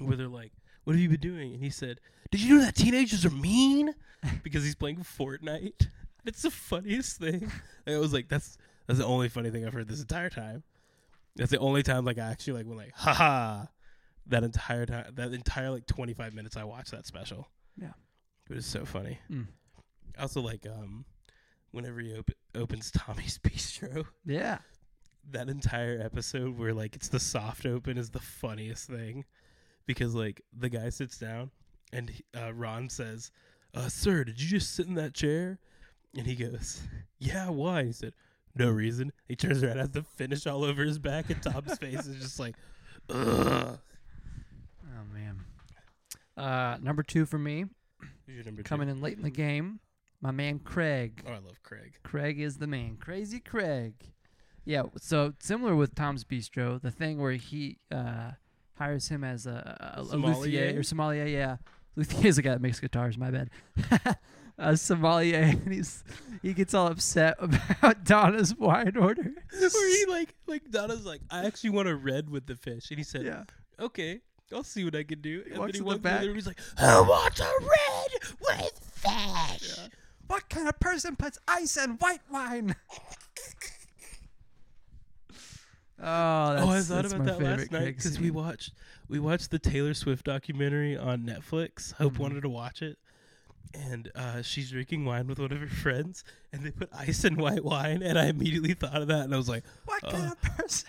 Speaker 2: where they're like, "What have you been doing?" And he said, "Did you know that teenagers are mean?" Because he's playing Fortnite. [LAUGHS] It's the funniest thing. And I was like, "That's that's the only funny thing I've heard this entire time." That's the only time like I actually like went like, "Ha ha!" That entire time, that entire like twenty five minutes I watched that special.
Speaker 1: Yeah.
Speaker 2: it was so funny.
Speaker 1: Mm.
Speaker 2: I also like um whenever he op- opens Tommy's [LAUGHS] Bistro,
Speaker 1: Yeah.
Speaker 2: that entire episode where like it's the soft open is the funniest thing because like the guy sits down and he- uh, Ron says, "Uh sir, did you just sit in that chair?" And he goes, [LAUGHS] "Yeah, why?" He said, "No reason." He turns around has to finish all over his back and Tom's face is just like [LAUGHS] Ugh.
Speaker 1: Oh man. Uh, number two for me,
Speaker 2: Who's your number two?
Speaker 1: coming in late in the game, my man Craig.
Speaker 2: Oh, I love Craig.
Speaker 1: Craig is the man. Crazy Craig. Yeah. So similar with Tom's Bistro, the thing where he uh, hires him as a, a, a luthier
Speaker 2: Sommelier?
Speaker 1: or sommelier. Yeah, luthier is a guy that makes guitars. My bad. [LAUGHS] a sommelier, [LAUGHS] and he's he gets all upset [LAUGHS] about Donna's wine order.
Speaker 2: Where he like like Donna's like, I actually want a red with the fish, and he said, okay, I'll see what I can do. and
Speaker 1: walks
Speaker 2: then he
Speaker 1: in the
Speaker 2: walked
Speaker 1: back.
Speaker 2: over and he's like, I want a red with fish.
Speaker 1: [LAUGHS] What kind of person puts ice in white [LAUGHS] wine? oh, that's,
Speaker 2: Oh, I thought
Speaker 1: that's
Speaker 2: about
Speaker 1: my
Speaker 2: that last
Speaker 1: favorite
Speaker 2: night
Speaker 1: Craig
Speaker 2: because we
Speaker 1: scene.
Speaker 2: watched we watched the Taylor Swift documentary on Netflix. Hope
Speaker 1: Mhm.
Speaker 2: wanted to watch it, and uh, she's drinking wine with one of her friends, and they put ice in white wine, and I immediately thought of that, and I was like,
Speaker 1: What
Speaker 2: uh,
Speaker 1: kind of person?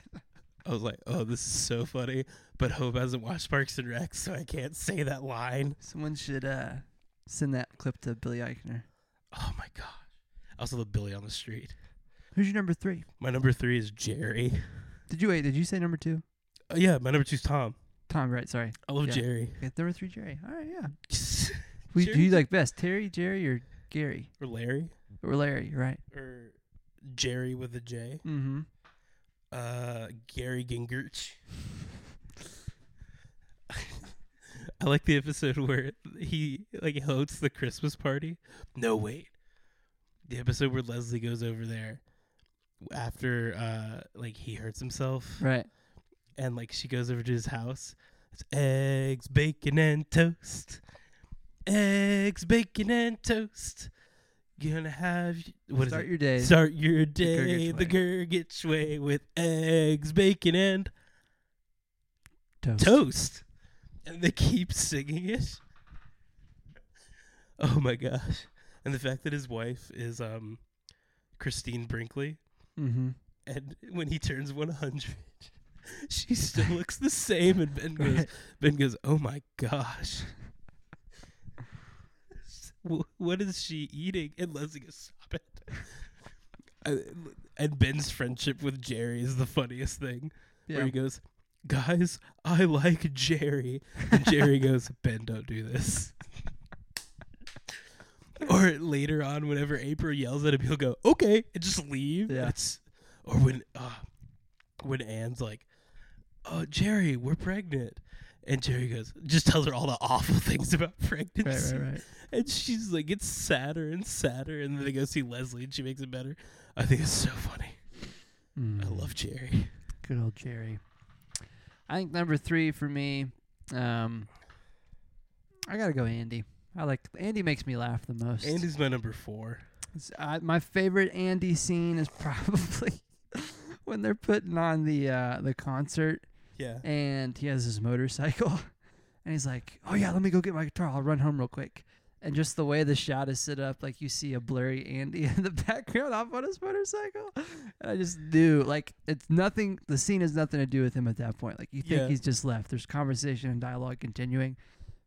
Speaker 2: I was like, oh, this is so funny, but Hope hasn't watched Parks and Rec, so I can't say that line.
Speaker 1: Someone should uh, send that clip to Billy Eichner.
Speaker 2: Oh my gosh! I also love Billy on the Street.
Speaker 1: Who's your number three?
Speaker 2: My number three is Jerry.
Speaker 1: Did you wait? Did you say number two?
Speaker 2: Uh, yeah, my number two's Tom.
Speaker 1: Tom, right? Sorry.
Speaker 2: I love
Speaker 1: Yeah.
Speaker 2: [LAUGHS] Jerry.
Speaker 1: Okay, number three, Jerry. All right, yeah. Who do
Speaker 2: Jerry's
Speaker 1: you like best, Terry, Jerry, or Gary
Speaker 2: or Larry.
Speaker 1: or Larry? Right.
Speaker 2: Or Jerry with a J.
Speaker 1: Mm-hmm.
Speaker 2: Uh, Gary Gingrich. [LAUGHS] I like the episode where he like hosts the Christmas party. No wait, the episode where Leslie goes over there after uh like he hurts himself
Speaker 1: Right.
Speaker 2: and like she goes over to his house. It's eggs, bacon, and toast. Eggs, bacon, and toast. Gonna have y- what is
Speaker 1: Start
Speaker 2: it?
Speaker 1: your day.
Speaker 2: Start your day
Speaker 1: Gurgitch
Speaker 2: the Gurgitch way with eggs, bacon, and
Speaker 1: Toast.
Speaker 2: toast. And they keep singing it. Oh my gosh! And the fact that his wife is um Christine Brinkley,
Speaker 1: Mm-hmm.
Speaker 2: and when he turns 100 [LAUGHS] she still looks the same and ben goes ben goes oh my gosh [LAUGHS] Wh- what is she eating and leslie goes stop it I- and ben's friendship with jerry is the funniest thing where
Speaker 1: Yeah.
Speaker 2: he goes guys i like jerry and
Speaker 1: [LAUGHS]
Speaker 2: jerry goes ben don't do this or later on whenever april yells at him he'll go okay and just leave
Speaker 1: Yeah.
Speaker 2: it's or when uh, when anne's like oh jerry we're pregnant and jerry goes just tells her all the awful things about [LAUGHS]
Speaker 1: Right.
Speaker 2: pregnancy
Speaker 1: Right. Right.
Speaker 2: and she's like it's sadder and sadder and then they go see leslie and she makes it better i think it's so funny i
Speaker 1: Mm.
Speaker 2: love jerry
Speaker 1: Good old Jerry. I think number three for me, um, I gotta go Andy. I like Andy makes me laugh the most.
Speaker 2: andy's my number four
Speaker 1: It's- I, uh, my favorite Andy scene is [LAUGHS] probably when they're putting on the uh, the concert
Speaker 2: yeah
Speaker 1: and he has his motorcycle [LAUGHS] and he's like, "Oh yeah, let me go get my guitar. I'll run home real quick." And just the way the shot is set up, like you see a blurry Andy [LAUGHS] in the background off on his motorcycle, and I just knew like it's nothing. The scene has nothing to do with him at that point. Like you think
Speaker 2: Yeah.
Speaker 1: he's just left. There's conversation and dialogue continuing,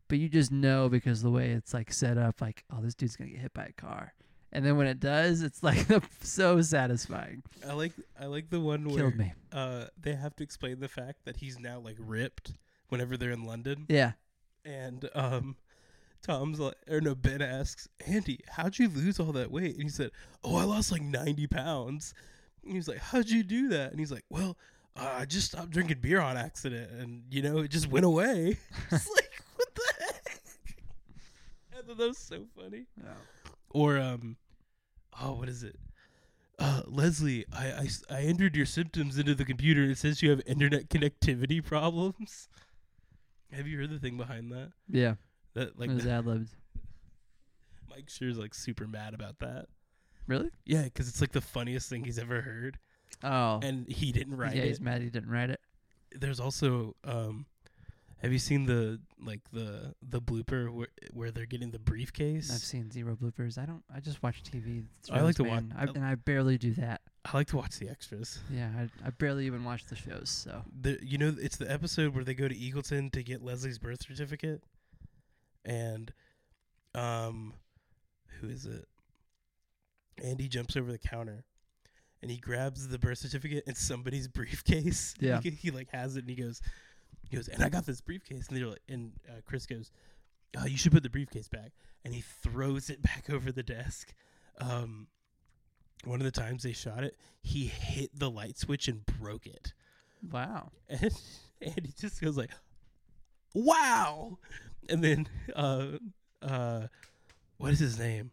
Speaker 1: but you just know because the way it's like set up, like oh, this dude's gonna get hit by a car. And then when it does, it's like [LAUGHS] so satisfying.
Speaker 2: I like I like the one where
Speaker 1: Killed me.
Speaker 2: uh they have to explain the fact that he's now like ripped whenever they're in London,
Speaker 1: Yeah.
Speaker 2: and um. Tom's like, or no, Ben asks, Andy, how'd you lose all that weight? And he said, Oh, I lost like 90 pounds. And he's like, How'd you do that? And he's like, Well, uh, I just stopped drinking beer on accident. And, you know, it just went away. [LAUGHS] it's like, What the heck? [LAUGHS] I thought that was so funny. or um oh what is it uh leslie I, I s- I entered your symptoms into the computer and it says you have internet connectivity [LAUGHS] problems have you heard the thing behind that
Speaker 1: Yeah.
Speaker 2: that like
Speaker 1: it was ad libbed.
Speaker 2: mike sure's like super mad about that
Speaker 1: Really?
Speaker 2: yeah because it's like the funniest thing he's ever heard
Speaker 1: Oh.
Speaker 2: and he didn't write
Speaker 1: yeah,
Speaker 2: it
Speaker 1: he's mad he didn't write it.
Speaker 2: there's also um have you seen the like the the blooper where, where they're getting the briefcase
Speaker 1: I've seen zero bloopers. I don't. I just watch TV. It's
Speaker 2: I
Speaker 1: shows,
Speaker 2: like to watch-
Speaker 1: man. I, and I barely do that.
Speaker 2: i like to watch the extras
Speaker 1: Yeah, I, I barely even watch the shows. So
Speaker 2: the you know it's the episode where they go to Eagleton to get Leslie's birth certificate, and um, who is it? Andy jumps over the counter, and he grabs the birth certificate and somebody's [LAUGHS] briefcase.
Speaker 1: Yeah.
Speaker 2: he, he like has it and he goes, he goes, and I got this briefcase, and they're like, and uh, Chris goes, uh, you should put the briefcase back, and he throws it [LAUGHS] back over the desk. Um, one of the times they shot it, he hit the light switch and broke it.
Speaker 1: wow.
Speaker 2: And, [LAUGHS] and he just goes like, "Wow!" And then, uh, uh, what is his name?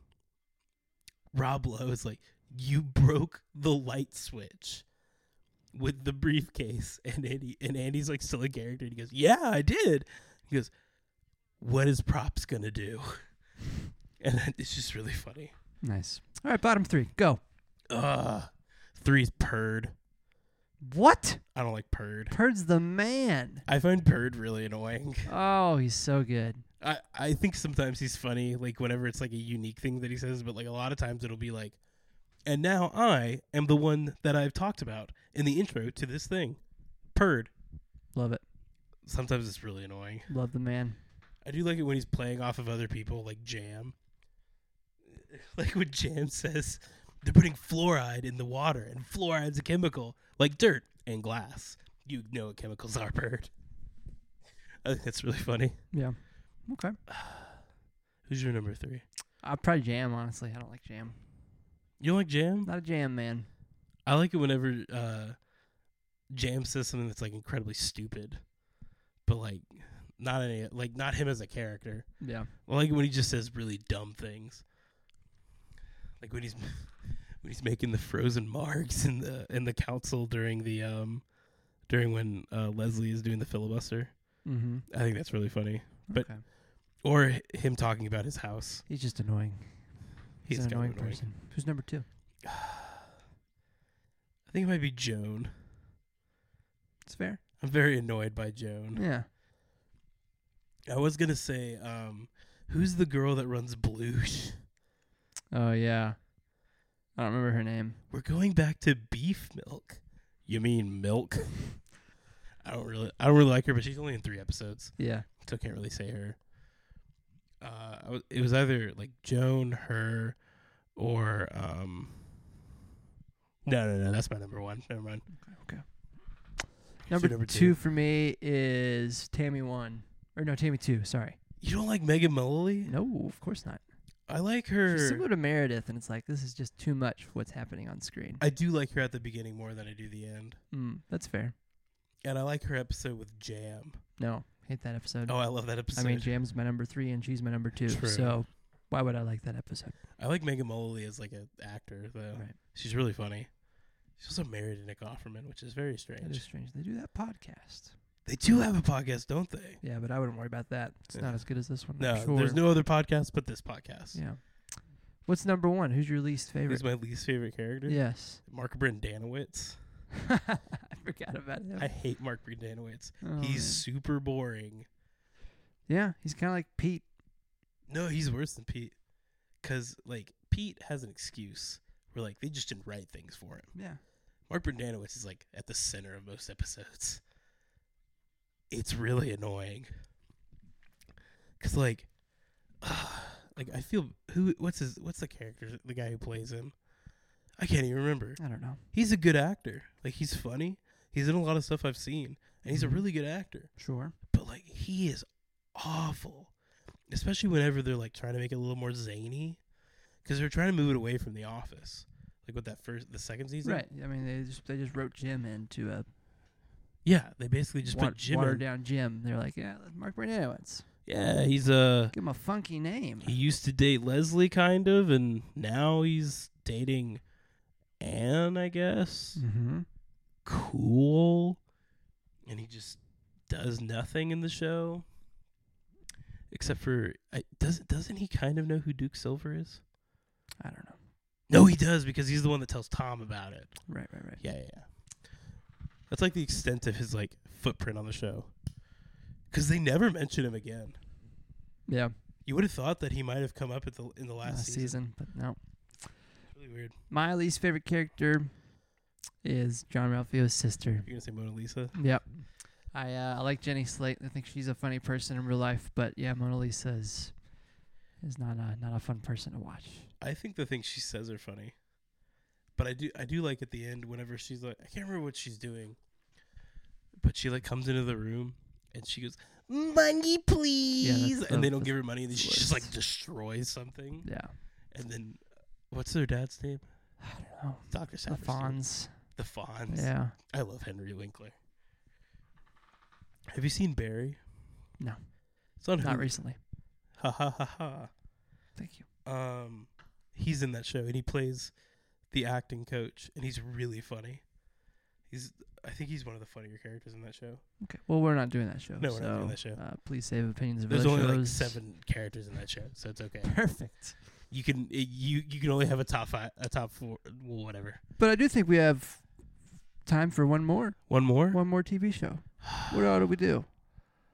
Speaker 2: Rob Lowe is like, "You broke the light switch with the briefcase," and Andy and Andy's like still a character. And he goes, "Yeah, I did." He goes, "What is props gonna do?" [LAUGHS] And that, it's just really funny.
Speaker 1: Nice. All right, bottom three. Go.
Speaker 2: Ugh. Three's purred.
Speaker 1: What?
Speaker 2: I don't like purred.
Speaker 1: Perd's the man.
Speaker 2: I find purred really annoying.
Speaker 1: Oh, he's so good.
Speaker 2: I, I think sometimes he's funny, like whenever it's like a unique thing that he says, but like a lot of times it'll be like, and now I am the one that I've talked about in the intro to this thing. Purred.
Speaker 1: Love it.
Speaker 2: Sometimes it's really annoying.
Speaker 1: Love the man.
Speaker 2: I do like it when he's playing off of other people, like Jam. [LAUGHS] Like when Jam says, they're putting fluoride in the water, and fluoride's a chemical, like dirt and glass. You know what chemicals are, [LAUGHS] Purred. I think that's really funny.
Speaker 1: Yeah. Okay.
Speaker 2: [SIGHS] Who's your number three?
Speaker 1: I probably jam. Honestly, I don't like jam.
Speaker 2: You don't like Jam?
Speaker 1: Not a jam man.
Speaker 2: I like it whenever uh, Jam says something that's like incredibly stupid, but like not any like not him as a character.
Speaker 1: Yeah.
Speaker 2: I like it when he just says really dumb things, like when he's [LAUGHS] when he's making the frozen marks in the in the council during the um during when uh, Leslie is doing the filibuster.
Speaker 1: Mm-hmm.
Speaker 2: I think that's really funny, But-
Speaker 1: okay.
Speaker 2: or h- him talking about his house.
Speaker 1: he's just annoying. He's, an
Speaker 2: kind of
Speaker 1: annoying
Speaker 2: [SIGHS]
Speaker 1: person. Who's number two?
Speaker 2: I think it might be Joan.
Speaker 1: It's fair.
Speaker 2: I'm very annoyed by Joan.
Speaker 1: Yeah.
Speaker 2: I was gonna say, um, who's the girl that runs Blues?
Speaker 1: Oh yeah. I don't remember her name.
Speaker 2: [LAUGHS] We're going back to beef milk. You mean milk? I don't really, I don't really like her, but she's only in three episodes,
Speaker 1: Yeah.
Speaker 2: so I can't really say her. Uh, I was, it was either like Joan, her, or um. No, no, no. That's my number one. Never mind.
Speaker 1: Okay.
Speaker 2: Who's your
Speaker 1: Number, two, for me is Tammy one or no Tammy two. Sorry.
Speaker 2: You don't like Megan Mullally?
Speaker 1: No, of course not.
Speaker 2: I like her.
Speaker 1: She's similar to Meredith, and it's like this is just too much. What's happening on screen?
Speaker 2: I do like her at the beginning more than I do the end,
Speaker 1: Mm, that's fair.
Speaker 2: and I like her episode with Jam.
Speaker 1: No, hate that episode.
Speaker 2: Oh, I love that episode.
Speaker 1: I mean, Jam's my number three, and she's my number two.
Speaker 2: True.
Speaker 1: So why would I like that episode?
Speaker 2: I like Megan Mullally as like an actor though.
Speaker 1: Right.
Speaker 2: She's really funny. She's also married to Nick Offerman, which is very
Speaker 1: That is
Speaker 2: strange.
Speaker 1: strange. They do that podcast.
Speaker 2: They do have a podcast, don't they?
Speaker 1: Yeah, but I wouldn't worry about that. It's
Speaker 2: Yeah.
Speaker 1: not as good as this one. I'm
Speaker 2: No,
Speaker 1: sure.
Speaker 2: there's no other podcast but this podcast.
Speaker 1: Yeah. What's number one? Who's your least favorite?
Speaker 2: Who's my least favorite character?
Speaker 1: Yes. [LAUGHS]
Speaker 2: Mark Brendanowitz.
Speaker 1: I forgot about him.
Speaker 2: I hate Mark Brendanowitz.
Speaker 1: Oh,
Speaker 2: He's super boring.
Speaker 1: Yeah, he's kind of like Pete.
Speaker 2: No, he's worse than Pete. Cause like Pete has an excuse. We're like they just didn't write things for him.
Speaker 1: Yeah.
Speaker 2: Mark Brendanowitz is like at the center of most episodes. It's really annoying. Cause like, [SIGHS] like I feel who? What's his? What's the character? The guy who plays him? I can't even remember.
Speaker 1: I don't know.
Speaker 2: He's a good actor. Like he's funny. He's in a lot of stuff I've seen, and he's a
Speaker 1: Mhm.
Speaker 2: really good actor.
Speaker 1: Sure.
Speaker 2: But like he is awful, especially whenever they're like trying to make it a little more zany, because they're trying to move it away from The Office. Like with that first, the second season,
Speaker 1: right. I mean, they just they just wrote Jim into a
Speaker 2: Yeah, they basically just
Speaker 1: wa-
Speaker 2: put Jim.
Speaker 1: watered
Speaker 2: in.
Speaker 1: down Jim. They're like, yeah, Mark Brendanowitz.
Speaker 2: Yeah, he's uh
Speaker 1: Give him a funky name.
Speaker 2: he used to date Leslie kind of and now he's dating Anne, I guess.
Speaker 1: Mm-hmm.
Speaker 2: Hmm. Cool. And he just does nothing in the show. Except for I doesn't doesn't he kind of know who Duke Silver is?
Speaker 1: I don't know.
Speaker 2: No, he does because he's the one that tells Tom about it.
Speaker 1: Right, right, right.
Speaker 2: Yeah, yeah, yeah. That's like the extent of his like footprint on the show. Cuz they never mention him again.
Speaker 1: Yeah.
Speaker 2: You would have thought that he might have come up at the in the last,
Speaker 1: Last
Speaker 2: season.
Speaker 1: season, but no.
Speaker 2: It's really weird.
Speaker 1: My least favorite character is John Ralphio's sister.
Speaker 2: You're gonna say Mona Lisa?
Speaker 1: Yep. I uh, I like Jenny Slate. I think she's a funny person in real life, but yeah, Mona Lisa is is not a not a fun person to watch.
Speaker 2: I think the things she says are funny, but I do I do like at the end whenever she's like I can't remember what she's doing, but she like comes into the room and she goes money please,
Speaker 1: the-
Speaker 2: and they don't
Speaker 1: that's
Speaker 2: give her money and then
Speaker 1: the
Speaker 2: she just like
Speaker 1: worst.
Speaker 2: destroys something [SIGHS]
Speaker 1: Yeah.
Speaker 2: and then what's their dad's name?
Speaker 1: I don't know.
Speaker 2: Doctor
Speaker 1: The
Speaker 2: Saperstein.
Speaker 1: Fonz.
Speaker 2: The Fonz. [LAUGHS]
Speaker 1: Yeah.
Speaker 2: I love Henry Winkler. Have you seen Barry?
Speaker 1: No.
Speaker 2: It's on
Speaker 1: Not
Speaker 2: Hulu.
Speaker 1: recently.
Speaker 2: Ha ha ha ha.
Speaker 1: Thank you.
Speaker 2: um he's in that show and he plays the acting coach and he's really funny he's i think he's one of the funnier characters in that show
Speaker 1: Okay. Well, we're not doing that show.
Speaker 2: No, we're not doing
Speaker 1: so,
Speaker 2: that show.
Speaker 1: Uh, please save opinions of
Speaker 2: there's
Speaker 1: other
Speaker 2: only like
Speaker 1: shows. [LAUGHS]
Speaker 2: seven characters in that show so it's okay
Speaker 1: Perfect.
Speaker 2: you can it, you you can only have a top five a top four well, whatever
Speaker 1: But I do think we have time for one more
Speaker 2: one more [SIGHS]
Speaker 1: one more TV show. What ought we do?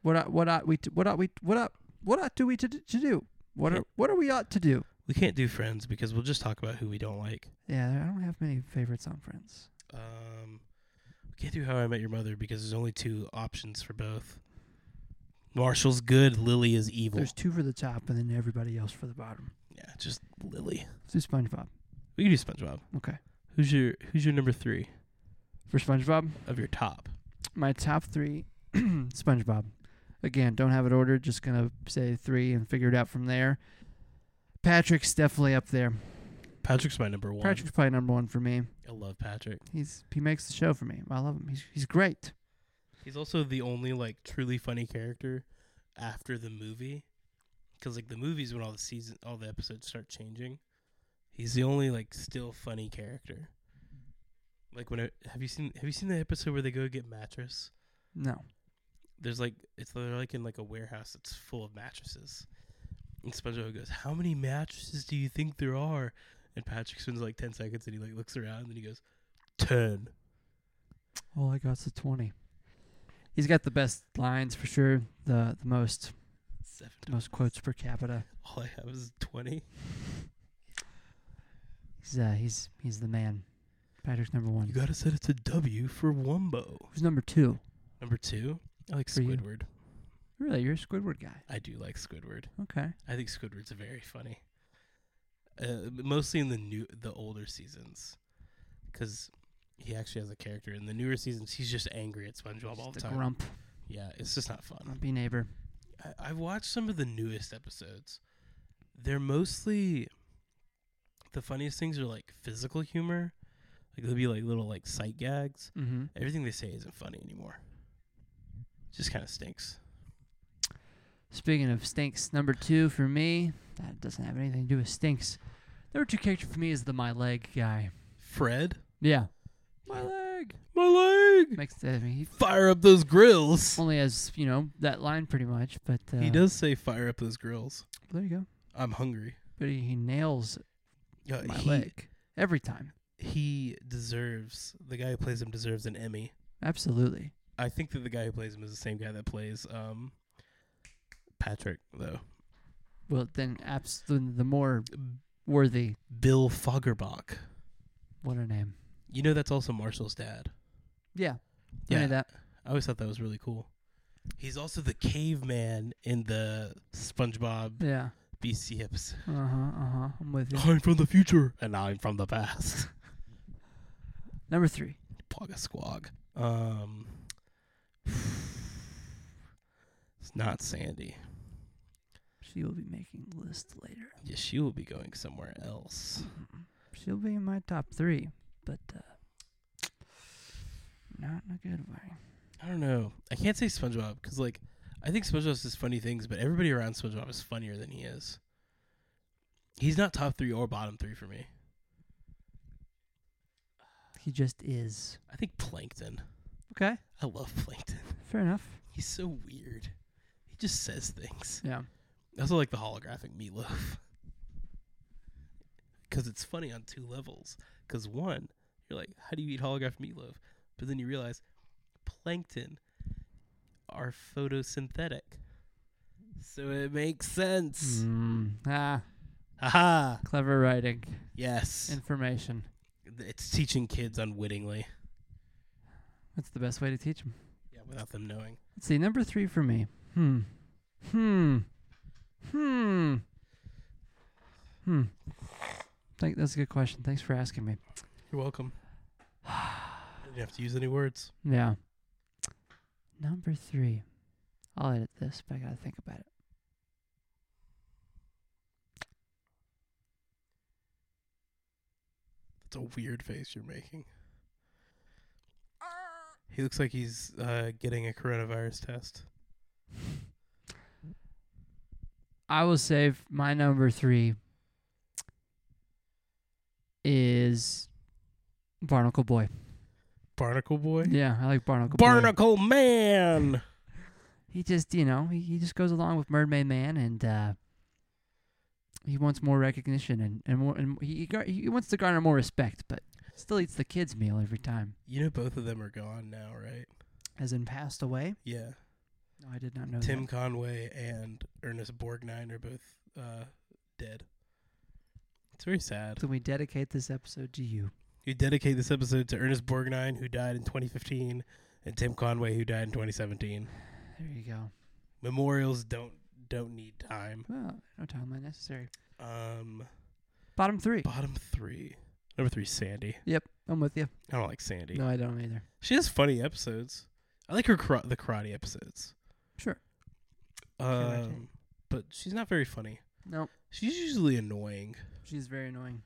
Speaker 1: What ought, what ought we to, what ought we what ought what ought do we to, d- to do? What are what are we ought to do?
Speaker 2: we can't do friends because we'll just talk about who we don't like
Speaker 1: Yeah, I don't have many favorites on Friends.
Speaker 2: um we can't do how i met your mother because there's only two options for both marshall's good lily is evil
Speaker 1: There's two for the top and then everybody else for the bottom.
Speaker 2: yeah just lily
Speaker 1: Let's do SpongeBob.
Speaker 2: we can do spongebob
Speaker 1: Okay.
Speaker 2: who's your who's your number three
Speaker 1: For SpongeBob,
Speaker 2: of your top.
Speaker 1: my top three [CLEARS THROAT] SpongeBob. Again, don't have it ordered, just gonna say three and figure it out from there. Patrick's definitely up there.
Speaker 2: Patrick's my number one.
Speaker 1: Patrick's probably number one for me.
Speaker 2: I love Patrick.
Speaker 1: He's he makes the show for me. I love him. He's he's great.
Speaker 2: He's also the only like truly funny character after the movie, because like the movies when all the season, all the episodes start changing, he's the only like still funny character. Like when I, have you seen have you seen the episode where they go get mattress?
Speaker 1: No.
Speaker 2: There's like it's they're like in like a warehouse that's full of mattresses, and SpongeBob goes, "How many mattresses do you think there are?" And Patrick spends like ten seconds and he like looks around and he goes, 10.
Speaker 1: All I got's a twenty. He's got the best lines for sure. The the most
Speaker 2: Seven
Speaker 1: the most quotes per capita.
Speaker 2: All I have is 20.
Speaker 1: He's uh, he's he's the man. Patrick's number one.
Speaker 2: You gotta set it to W for Wumbo.
Speaker 1: Who's number two?
Speaker 2: Number two, I like
Speaker 1: For you.
Speaker 2: Squidward.
Speaker 1: Really, you're a Squidward guy.
Speaker 2: I do like Squidward.
Speaker 1: Okay.
Speaker 2: I think Squidward's very funny. Uh, but mostly in the new, the older seasons, because he actually has a character. In the newer seasons, he's just angry at SpongeBob all
Speaker 1: Just
Speaker 2: the
Speaker 1: a
Speaker 2: time.
Speaker 1: grump,
Speaker 2: Yeah, it's just not fun.
Speaker 1: grumpy neighbor.
Speaker 2: I, I've watched some of the newest episodes. They're mostly the funniest things are like physical humor, like they'll be like little like sight gags.
Speaker 1: Mm-hmm.
Speaker 2: Everything they say isn't funny anymore. Just kind of stinks.
Speaker 1: Speaking of stinks, number two for me that doesn't have anything to do with stinks. Number two character for me is the my leg guy.
Speaker 2: Fred,
Speaker 1: Yeah. My leg
Speaker 2: my leg.
Speaker 1: makes. I mean, he
Speaker 2: Fire up those grills.
Speaker 1: only has you know that line pretty much, but uh,
Speaker 2: He does say fire up those grills.
Speaker 1: There you go. Uh,
Speaker 2: I'm hungry.
Speaker 1: But he, he nails
Speaker 2: Yeah,
Speaker 1: my
Speaker 2: he,
Speaker 1: leg every time.
Speaker 2: he deserves the guy who plays him deserves an Emmy.
Speaker 1: Absolutely.
Speaker 2: I think that the guy who plays him is the same guy that plays um Patrick though.
Speaker 1: Well, then abs- the, the more worthy.
Speaker 2: Bill Foggerbach.
Speaker 1: What a name.
Speaker 2: You know that's also Marshall's dad.
Speaker 1: Yeah. Yeah. that.
Speaker 2: I always thought that was really cool. He's also the caveman in the SpongeBob
Speaker 1: Yeah.
Speaker 2: BC episode.
Speaker 1: Uh huh. Uh huh. I'm with you.
Speaker 2: [LAUGHS] I'm from the future and I'm from the past. [LAUGHS]
Speaker 1: Number three.
Speaker 2: Pog a squog. Um, [SIGHS] it's not Sandy.
Speaker 1: She will be making the list later.
Speaker 2: Yeah, she will be going somewhere else.
Speaker 1: She'll be in my top three, but uh, not in a good way.
Speaker 2: I don't know. I can't say SpongeBob because, like, I think SpongeBob says funny things, but everybody around SpongeBob is funnier than he is. He's not top three or bottom three for me.
Speaker 1: He just is.
Speaker 2: I think Plankton.
Speaker 1: Okay.
Speaker 2: I love Plankton. [LAUGHS]
Speaker 1: Fair enough.
Speaker 2: He's so weird. He just says things.
Speaker 1: Yeah.
Speaker 2: I also like the holographic meatloaf [LAUGHS] because it's funny on two levels. Because one, you're like, how do you eat holographic meatloaf? But then you realize plankton are photosynthetic, so it makes sense.
Speaker 1: Mm. Ah,
Speaker 2: Haha!
Speaker 1: clever writing.
Speaker 2: Yes,
Speaker 1: Information.
Speaker 2: it's teaching kids unwittingly,
Speaker 1: That's the best way to teach them.
Speaker 2: yeah, without them knowing.
Speaker 1: Let's see. Number three for me. Hmm. Hmm. Hmm. Hmm. Thank, that's a good question. Thanks for asking me.
Speaker 2: You're welcome. [SIGHS] I didn't have to use any words.
Speaker 1: Yeah. Number three. I'll edit this, but I gotta think about it.
Speaker 2: That's a weird face you're making. He looks like he's uh, getting a coronavirus test.
Speaker 1: I will say f- my number three is Barnacle Boy.
Speaker 2: Barnacle Boy?
Speaker 1: Yeah, I like Barnacle Boy.
Speaker 2: Barnacle Man!
Speaker 1: He just, you know, he, he just goes along with Mermaid Man and uh, he wants more recognition and, and more and he, he gar- he wants to garner more respect, but still eats the kids' meal every time.
Speaker 2: You know both of them are gone now, right?
Speaker 1: As in passed away?
Speaker 2: Yeah.
Speaker 1: No, I did not know
Speaker 2: Tim
Speaker 1: that.
Speaker 2: Conway and Ernest Borgnine are both uh, dead. It's very sad.
Speaker 1: So we dedicate this episode to you.
Speaker 2: We dedicate this episode to Ernest Borgnine, who died in 2015, and Tim Conway, who died in 2017.
Speaker 1: There you go.
Speaker 2: Memorials don't don't need time.
Speaker 1: Well, no timeline necessary.
Speaker 2: Um,
Speaker 1: Bottom three.
Speaker 2: bottom three. Number three, Sandy.
Speaker 1: Yep, I'm with you.
Speaker 2: I don't like Sandy.
Speaker 1: No, I don't either.
Speaker 2: She has funny episodes. I like her kara- the karate episodes.
Speaker 1: Sure. I take?
Speaker 2: Um, but she's not very funny.
Speaker 1: No,
Speaker 2: She's usually annoying.
Speaker 1: she's very annoying.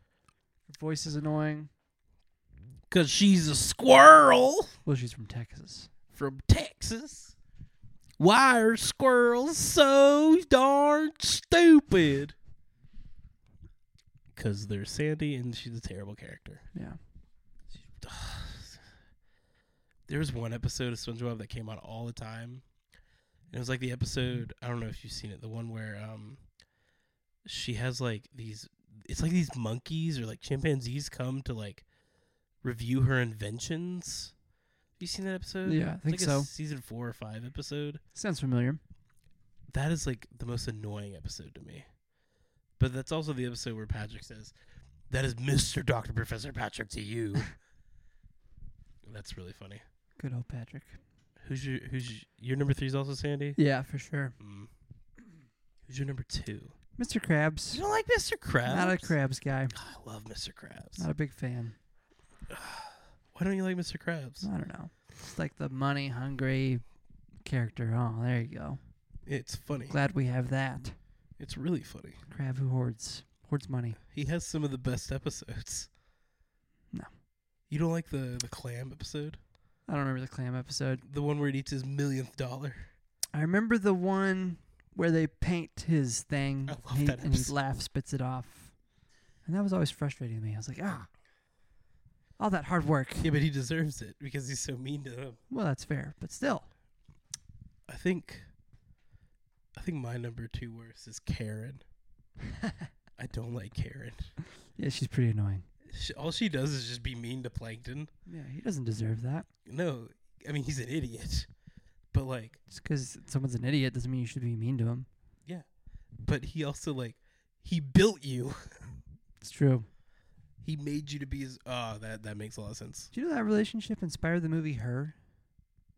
Speaker 1: Her voice is annoying.
Speaker 2: Cause she's a squirrel
Speaker 1: Well, she's from Texas.
Speaker 2: from Texas. Why are squirrels so darn stupid? Cause they're Sandy and she's a terrible character.
Speaker 1: Yeah.
Speaker 2: There was one episode of SpongeBob that came out all the time. And it was like the episode I don't know if you've seen it, the one where um she has like these it's like these monkeys or like chimpanzees come to like review her inventions. Have you seen that episode?
Speaker 1: Yeah, I
Speaker 2: It's
Speaker 1: think
Speaker 2: like
Speaker 1: so.
Speaker 2: a season four or five episode.
Speaker 1: Sounds familiar.
Speaker 2: That is like the most annoying episode to me. But that's also the episode where Patrick says, That is Mr. Dr. Professor Patrick
Speaker 1: [LAUGHS]
Speaker 2: to you. that's really funny.
Speaker 1: Good old Patrick.
Speaker 2: Who's your who's your, your number three is also Sandy?
Speaker 1: Yeah, for sure.
Speaker 2: Mm. Who's your number two?
Speaker 1: Mr. Krabs.
Speaker 2: don't like Mr. Krabs?
Speaker 1: Not a Krabs guy.
Speaker 2: I love Mr. Krabs.
Speaker 1: Not a big fan.
Speaker 2: Why don't you like Mr. Krabs?
Speaker 1: I don't know. It's like the money hungry character. Oh, there you go.
Speaker 2: It's funny.
Speaker 1: Glad we have that.
Speaker 2: It's really funny.
Speaker 1: Crab who hoards hoards money.
Speaker 2: He has some of the best episodes.
Speaker 1: No.
Speaker 2: You don't like the the clam episode?
Speaker 1: I don't remember the clam episode.
Speaker 2: The one where it eats his millionth dollar.
Speaker 1: I remember the one where they paint his thing
Speaker 2: I love
Speaker 1: and he,
Speaker 2: that
Speaker 1: and he
Speaker 2: episode.
Speaker 1: laughs, spits it off. And that was always frustrating to me. I was like, ah, all that hard work.
Speaker 2: Yeah, but he deserves it because he's so mean to him.
Speaker 1: Well, that's fair, but still.
Speaker 2: I think I think my number two worst
Speaker 1: [LAUGHS]
Speaker 2: is Karen. I don't like Karen.
Speaker 1: Yeah, she's pretty annoying.
Speaker 2: She, all she does is just be mean to Plankton.
Speaker 1: Yeah, he doesn't deserve that.
Speaker 2: No, I mean he's an idiot. But like
Speaker 1: Just 'cause someone's an idiot doesn't mean you should be mean to him.
Speaker 2: but he also like he built you.
Speaker 1: It's true.
Speaker 2: He made you to be his. Oh, that that makes a lot of sense.
Speaker 1: Do you know that relationship inspired the movie Her?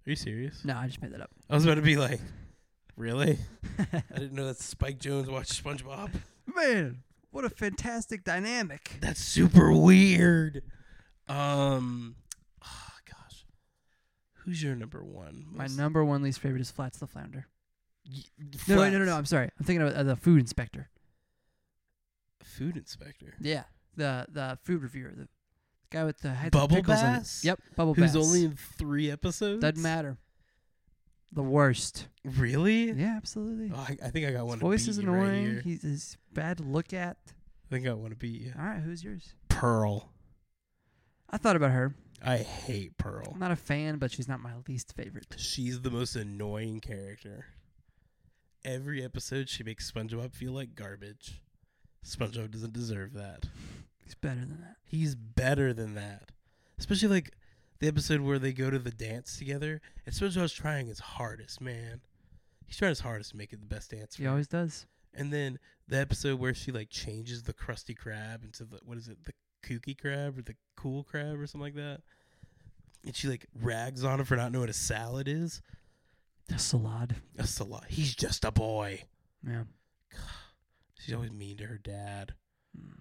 Speaker 2: Are you serious?
Speaker 1: No, I just made that up.
Speaker 2: I was about to be like,
Speaker 1: [LAUGHS]
Speaker 2: really? I didn't know that Spike Jones watched SpongeBob.
Speaker 1: Man, what a fantastic dynamic.
Speaker 2: That's super weird. Um, oh gosh, who's your number one?
Speaker 1: My
Speaker 2: Most-
Speaker 1: number one least favorite is Flats the Flounder.
Speaker 2: Y-
Speaker 1: No, wait, no, no, no.
Speaker 2: Flats.
Speaker 1: I'm sorry. I'm thinking of uh, the food inspector.
Speaker 2: Food inspector.
Speaker 1: Yeah, the the food reviewer, the guy with the head
Speaker 2: Bubble
Speaker 1: pickles on it.
Speaker 2: Bass?
Speaker 1: Yep, bubble
Speaker 2: Who's
Speaker 1: bass.
Speaker 2: only in three episodes?
Speaker 1: doesn't matter. The worst.
Speaker 2: Really?
Speaker 1: Yeah, absolutely.
Speaker 2: Oh, I, I think I got one.
Speaker 1: His voice
Speaker 2: to beat
Speaker 1: is
Speaker 2: you right
Speaker 1: annoying.
Speaker 2: here.
Speaker 1: he's, he's bad to look at.
Speaker 2: I think I want to beat you.
Speaker 1: All right, who's yours?
Speaker 2: Pearl.
Speaker 1: I thought about her.
Speaker 2: I hate Pearl.
Speaker 1: I'm not a fan, but she's not my least favorite.
Speaker 2: She's the most annoying character. Every episode, she makes SpongeBob feel like garbage. SpongeBob doesn't deserve that.
Speaker 1: He's better than that.
Speaker 2: He's better than that. Especially like the episode where they go to the dance together. And SpongeBob's trying his hardest, man. He's trying his hardest to make it the best dance.
Speaker 1: He always does.
Speaker 2: And then the episode where she like changes the crusty crab into the what is it, the kooky crab or the cool crab or something like that. And she like rags on him for not knowing what a salad is.
Speaker 1: The salad.
Speaker 2: A salad. He's just a boy.
Speaker 1: Yeah.
Speaker 2: She's always mean to her dad.
Speaker 1: Mm.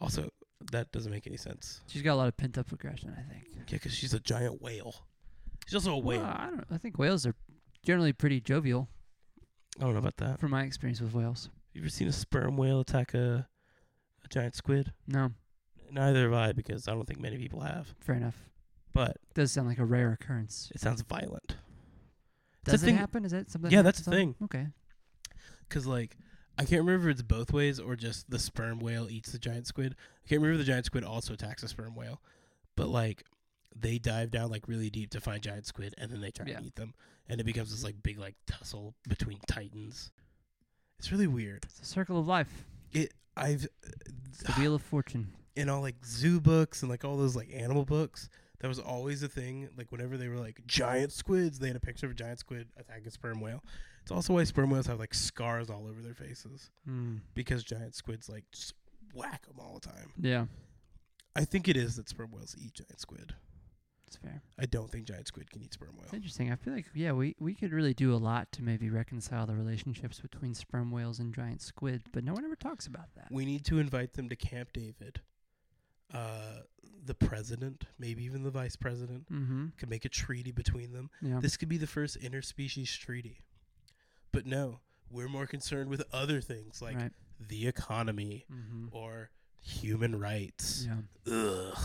Speaker 2: Also, that doesn't make any sense.
Speaker 1: She's got a lot of pent up aggression, I think.
Speaker 2: Yeah, because she's a giant whale. She's also a Oh, whale.
Speaker 1: Well, I don't. I think whales are generally pretty jovial,
Speaker 2: I don't know about that.
Speaker 1: from my experience with whales.
Speaker 2: You ever seen a sperm whale attack a, a giant squid?
Speaker 1: No,
Speaker 2: Neither have I because I don't think many people have.
Speaker 1: fair enough.
Speaker 2: But
Speaker 1: Does sound like a rare occurrence.
Speaker 2: it sounds violent. a
Speaker 1: Does it
Speaker 2: thing-
Speaker 1: happen? Is that something?
Speaker 2: yeah,
Speaker 1: that
Speaker 2: that's the
Speaker 1: happens
Speaker 2: thing.
Speaker 1: on- Okay.
Speaker 2: Because, like, I can't remember if it's both ways or just the sperm whale eats the giant squid. I can't remember if the giant squid also attacks the sperm whale. But, like, they dive down, like, really deep to find giant squid and then they try
Speaker 1: Yeah.
Speaker 2: and eat them. And it becomes this, like, big, like, tussle between titans. It's really weird.
Speaker 1: It's the circle of life.
Speaker 2: It, I've,
Speaker 1: It's
Speaker 2: [SIGHS]
Speaker 1: the wheel of fortune.
Speaker 2: in all like zoo books and like all those like animal books, that was always a thing. Like whenever they were like giant squids, they had a picture of a giant squid attacking a sperm whale. It's also why sperm whales have like scars all over their faces
Speaker 1: Mm.
Speaker 2: because giant squids like just whack them all the time.
Speaker 1: Yeah,
Speaker 2: I think it is that sperm whales eat giant squid.
Speaker 1: it's fair.
Speaker 2: I don't think giant squid can eat sperm
Speaker 1: It's
Speaker 2: whale.
Speaker 1: interesting. I feel like yeah, we we could really do a lot to maybe reconcile the relationships between sperm whales and giant squid, but no one ever talks about that.
Speaker 2: We need to invite them to Camp David. Uh, the president, maybe even the vice president,
Speaker 1: Mm-hmm.
Speaker 2: could make a treaty between them
Speaker 1: Yeah.
Speaker 2: This could be the first interspecies treaty. But no, we're more concerned with other things like
Speaker 1: right.
Speaker 2: the economy
Speaker 1: Mm-hmm.
Speaker 2: or human rights.
Speaker 1: Yeah.
Speaker 2: Ugh.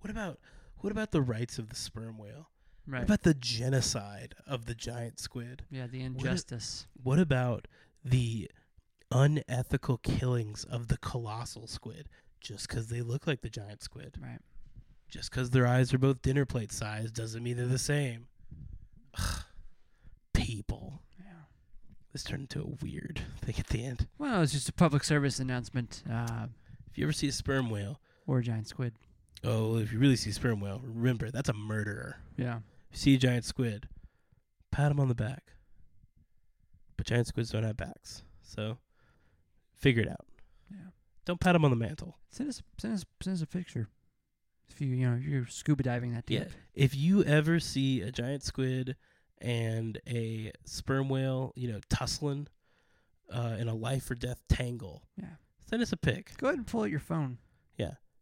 Speaker 2: What about what about the rights of the sperm whale? What
Speaker 1: Right.
Speaker 2: about the genocide of the giant squid?
Speaker 1: Yeah. The injustice.
Speaker 2: What about the unethical killings of the colossal squid just cuz they look like the giant squid?
Speaker 1: Right.
Speaker 2: Just cuz their eyes are both dinner plate size doesn't mean they're the same. Ugh. People.
Speaker 1: Yeah.
Speaker 2: This turned into a weird thing at the end.
Speaker 1: Well, it's just a public service announcement. Uh,
Speaker 2: If you ever see a sperm whale,
Speaker 1: or a giant squid.
Speaker 2: oh, if you really see a sperm whale, remember that's a murderer.
Speaker 1: Yeah.
Speaker 2: If you see a giant squid, pat him on the back. But giant squids don't have backs, so figure it out.
Speaker 1: Yeah.
Speaker 2: Don't pat him on the mantle.
Speaker 1: Send us send us send us a picture. If you you know if you're scuba diving that deep.
Speaker 2: Yeah. If you ever see a giant squid and a sperm whale, you know, tussling uh, in a life or death tangle,
Speaker 1: Yeah.
Speaker 2: send us a pic.
Speaker 1: Go ahead and pull out your phone.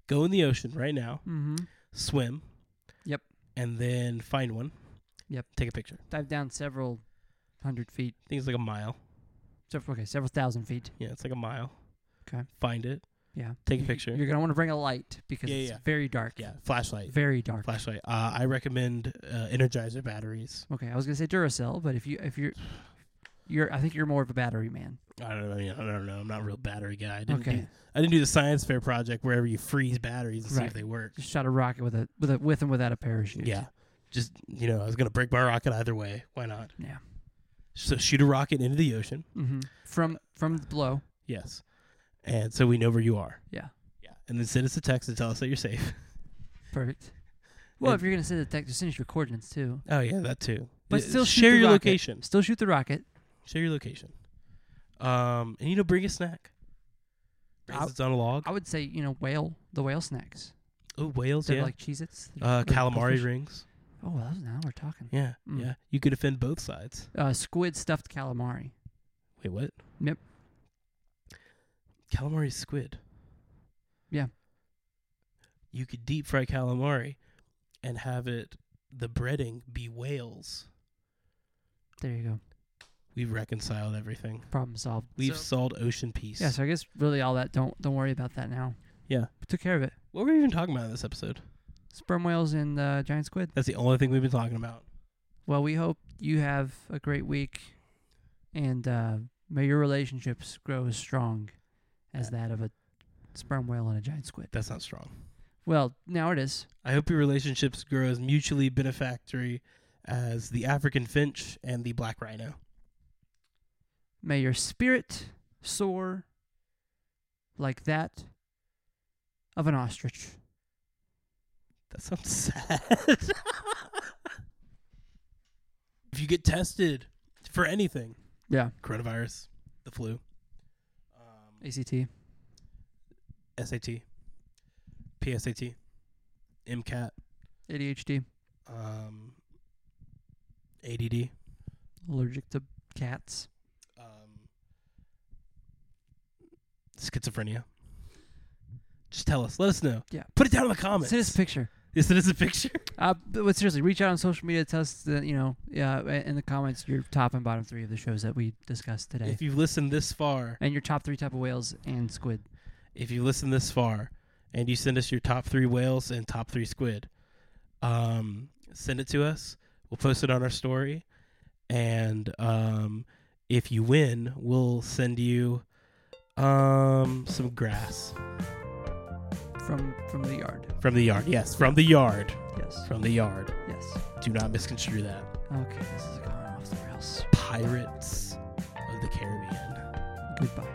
Speaker 2: Go in the ocean right now.
Speaker 1: Mm-hmm.
Speaker 2: swim.
Speaker 1: Yep.
Speaker 2: And then find one.
Speaker 1: Yep.
Speaker 2: Take a picture.
Speaker 1: Dive down several hundred feet.
Speaker 2: I think it's like a mile.
Speaker 1: Several, okay, several thousand feet.
Speaker 2: Yeah, it's like a mile.
Speaker 1: 'Kay.
Speaker 2: Find it.
Speaker 1: Yeah.
Speaker 2: Take a
Speaker 1: You-
Speaker 2: picture.
Speaker 1: You're gonna want to bring a light because
Speaker 2: Yeah,
Speaker 1: it's
Speaker 2: yeah.
Speaker 1: very dark.
Speaker 2: Yeah. Flashlight.
Speaker 1: Very dark.
Speaker 2: Flashlight. Uh, I recommend uh, Energizer batteries.
Speaker 1: Okay, I was gonna say Duracell, but if you if you're you're I think you're more of a battery man.
Speaker 2: I don't know. I, mean, I don't know. I'm not a real battery guy. I didn't
Speaker 1: okay.
Speaker 2: Do, I didn't do the science fair project wherever you freeze batteries and see
Speaker 1: Right.
Speaker 2: if they work.
Speaker 1: Just shot a rocket with a with a with and without a parachute.
Speaker 2: Yeah. Just you know, I was gonna break my rocket either way. Why not?
Speaker 1: Yeah.
Speaker 2: So shoot a rocket into the ocean.
Speaker 1: Mm-hmm. From from below.
Speaker 2: Yes. And so we know where you are.
Speaker 1: Yeah.
Speaker 2: Yeah. And then send us a text and tell us that you're safe.
Speaker 1: Perfect. Well,
Speaker 2: And-
Speaker 1: if you're gonna send a text, just send us your coordinates too.
Speaker 2: Oh yeah, that too.
Speaker 1: But
Speaker 2: Yeah,
Speaker 1: still shoot
Speaker 2: share
Speaker 1: the
Speaker 2: your
Speaker 1: rocket.
Speaker 2: location.
Speaker 1: Still shoot the rocket.
Speaker 2: Share your location. Um, and you know, bring a snack.
Speaker 1: I-
Speaker 2: Raisins on a log.
Speaker 1: I would say you know whale, the whale snacks.
Speaker 2: Oh, whales.
Speaker 1: They're
Speaker 2: Yeah.
Speaker 1: like Cheez-Its. they're
Speaker 2: uh,
Speaker 1: like little
Speaker 2: calamari
Speaker 1: goldfish.
Speaker 2: rings.
Speaker 1: Oh, well, that's- now we're talking.
Speaker 2: Yeah.
Speaker 1: Mm.
Speaker 2: Yeah. You could offend both sides.
Speaker 1: Uh, squid stuffed calamari.
Speaker 2: Wait, what?
Speaker 1: Yep.
Speaker 2: Calamari is squid.
Speaker 1: Yeah.
Speaker 2: You could deep fry calamari and have it, the breading be whales.
Speaker 1: There you go.
Speaker 2: We've reconciled everything.
Speaker 1: Problem solved.
Speaker 2: We've
Speaker 1: So-
Speaker 2: solved ocean peace.
Speaker 1: yeah. So I guess really all that. Don't don't worry about that now.
Speaker 2: Yeah.
Speaker 1: We took care of it.
Speaker 2: What were we even talking about in this episode?
Speaker 1: Sperm whales and uh, giant squid.
Speaker 2: That's the only thing we've been talking about.
Speaker 1: Well, we hope you have a great week, and uh, may your relationships grow as strong as that of a sperm whale and a giant squid.
Speaker 2: That's not strong.
Speaker 1: Well, now it is.
Speaker 2: I hope your relationships grow as mutually benefactory as the African finch and the black rhino.
Speaker 1: May your spirit soar like that of an ostrich.
Speaker 2: That sounds [LAUGHS] sad. if you get tested for anything,
Speaker 1: Yeah.
Speaker 2: coronavirus, the flu, um,
Speaker 1: ACT.
Speaker 2: SAT, PSAT, MCAT,
Speaker 1: ADHD.
Speaker 2: um, ADD,
Speaker 1: Allergic to cats.
Speaker 2: um, schizophrenia. Just tell us. Let us know.
Speaker 1: Yeah.
Speaker 2: Put it down in the comments.
Speaker 1: Send us a picture.
Speaker 2: Is it as a picture?
Speaker 1: Uh, but but seriously, reach out on social media. Tell us, the, you know, yeah, in the comments, your top and bottom three of the shows that we discussed today.
Speaker 2: If you've listened this far,
Speaker 1: and your top three type of whales and squid.
Speaker 2: if you listen this far, and you send us your top three whales and top three squid, um, send it to us. We'll post it on our story, and um, if you win, we'll send you um, some grass
Speaker 1: from from the yard.
Speaker 2: from the yard. Yes, from the yard.
Speaker 1: Yes.
Speaker 2: From the yard.
Speaker 1: Yes.
Speaker 2: Do not misconstrue that.
Speaker 1: Okay, this is going off the rails.
Speaker 2: Pirates of the Caribbean.
Speaker 1: Goodbye.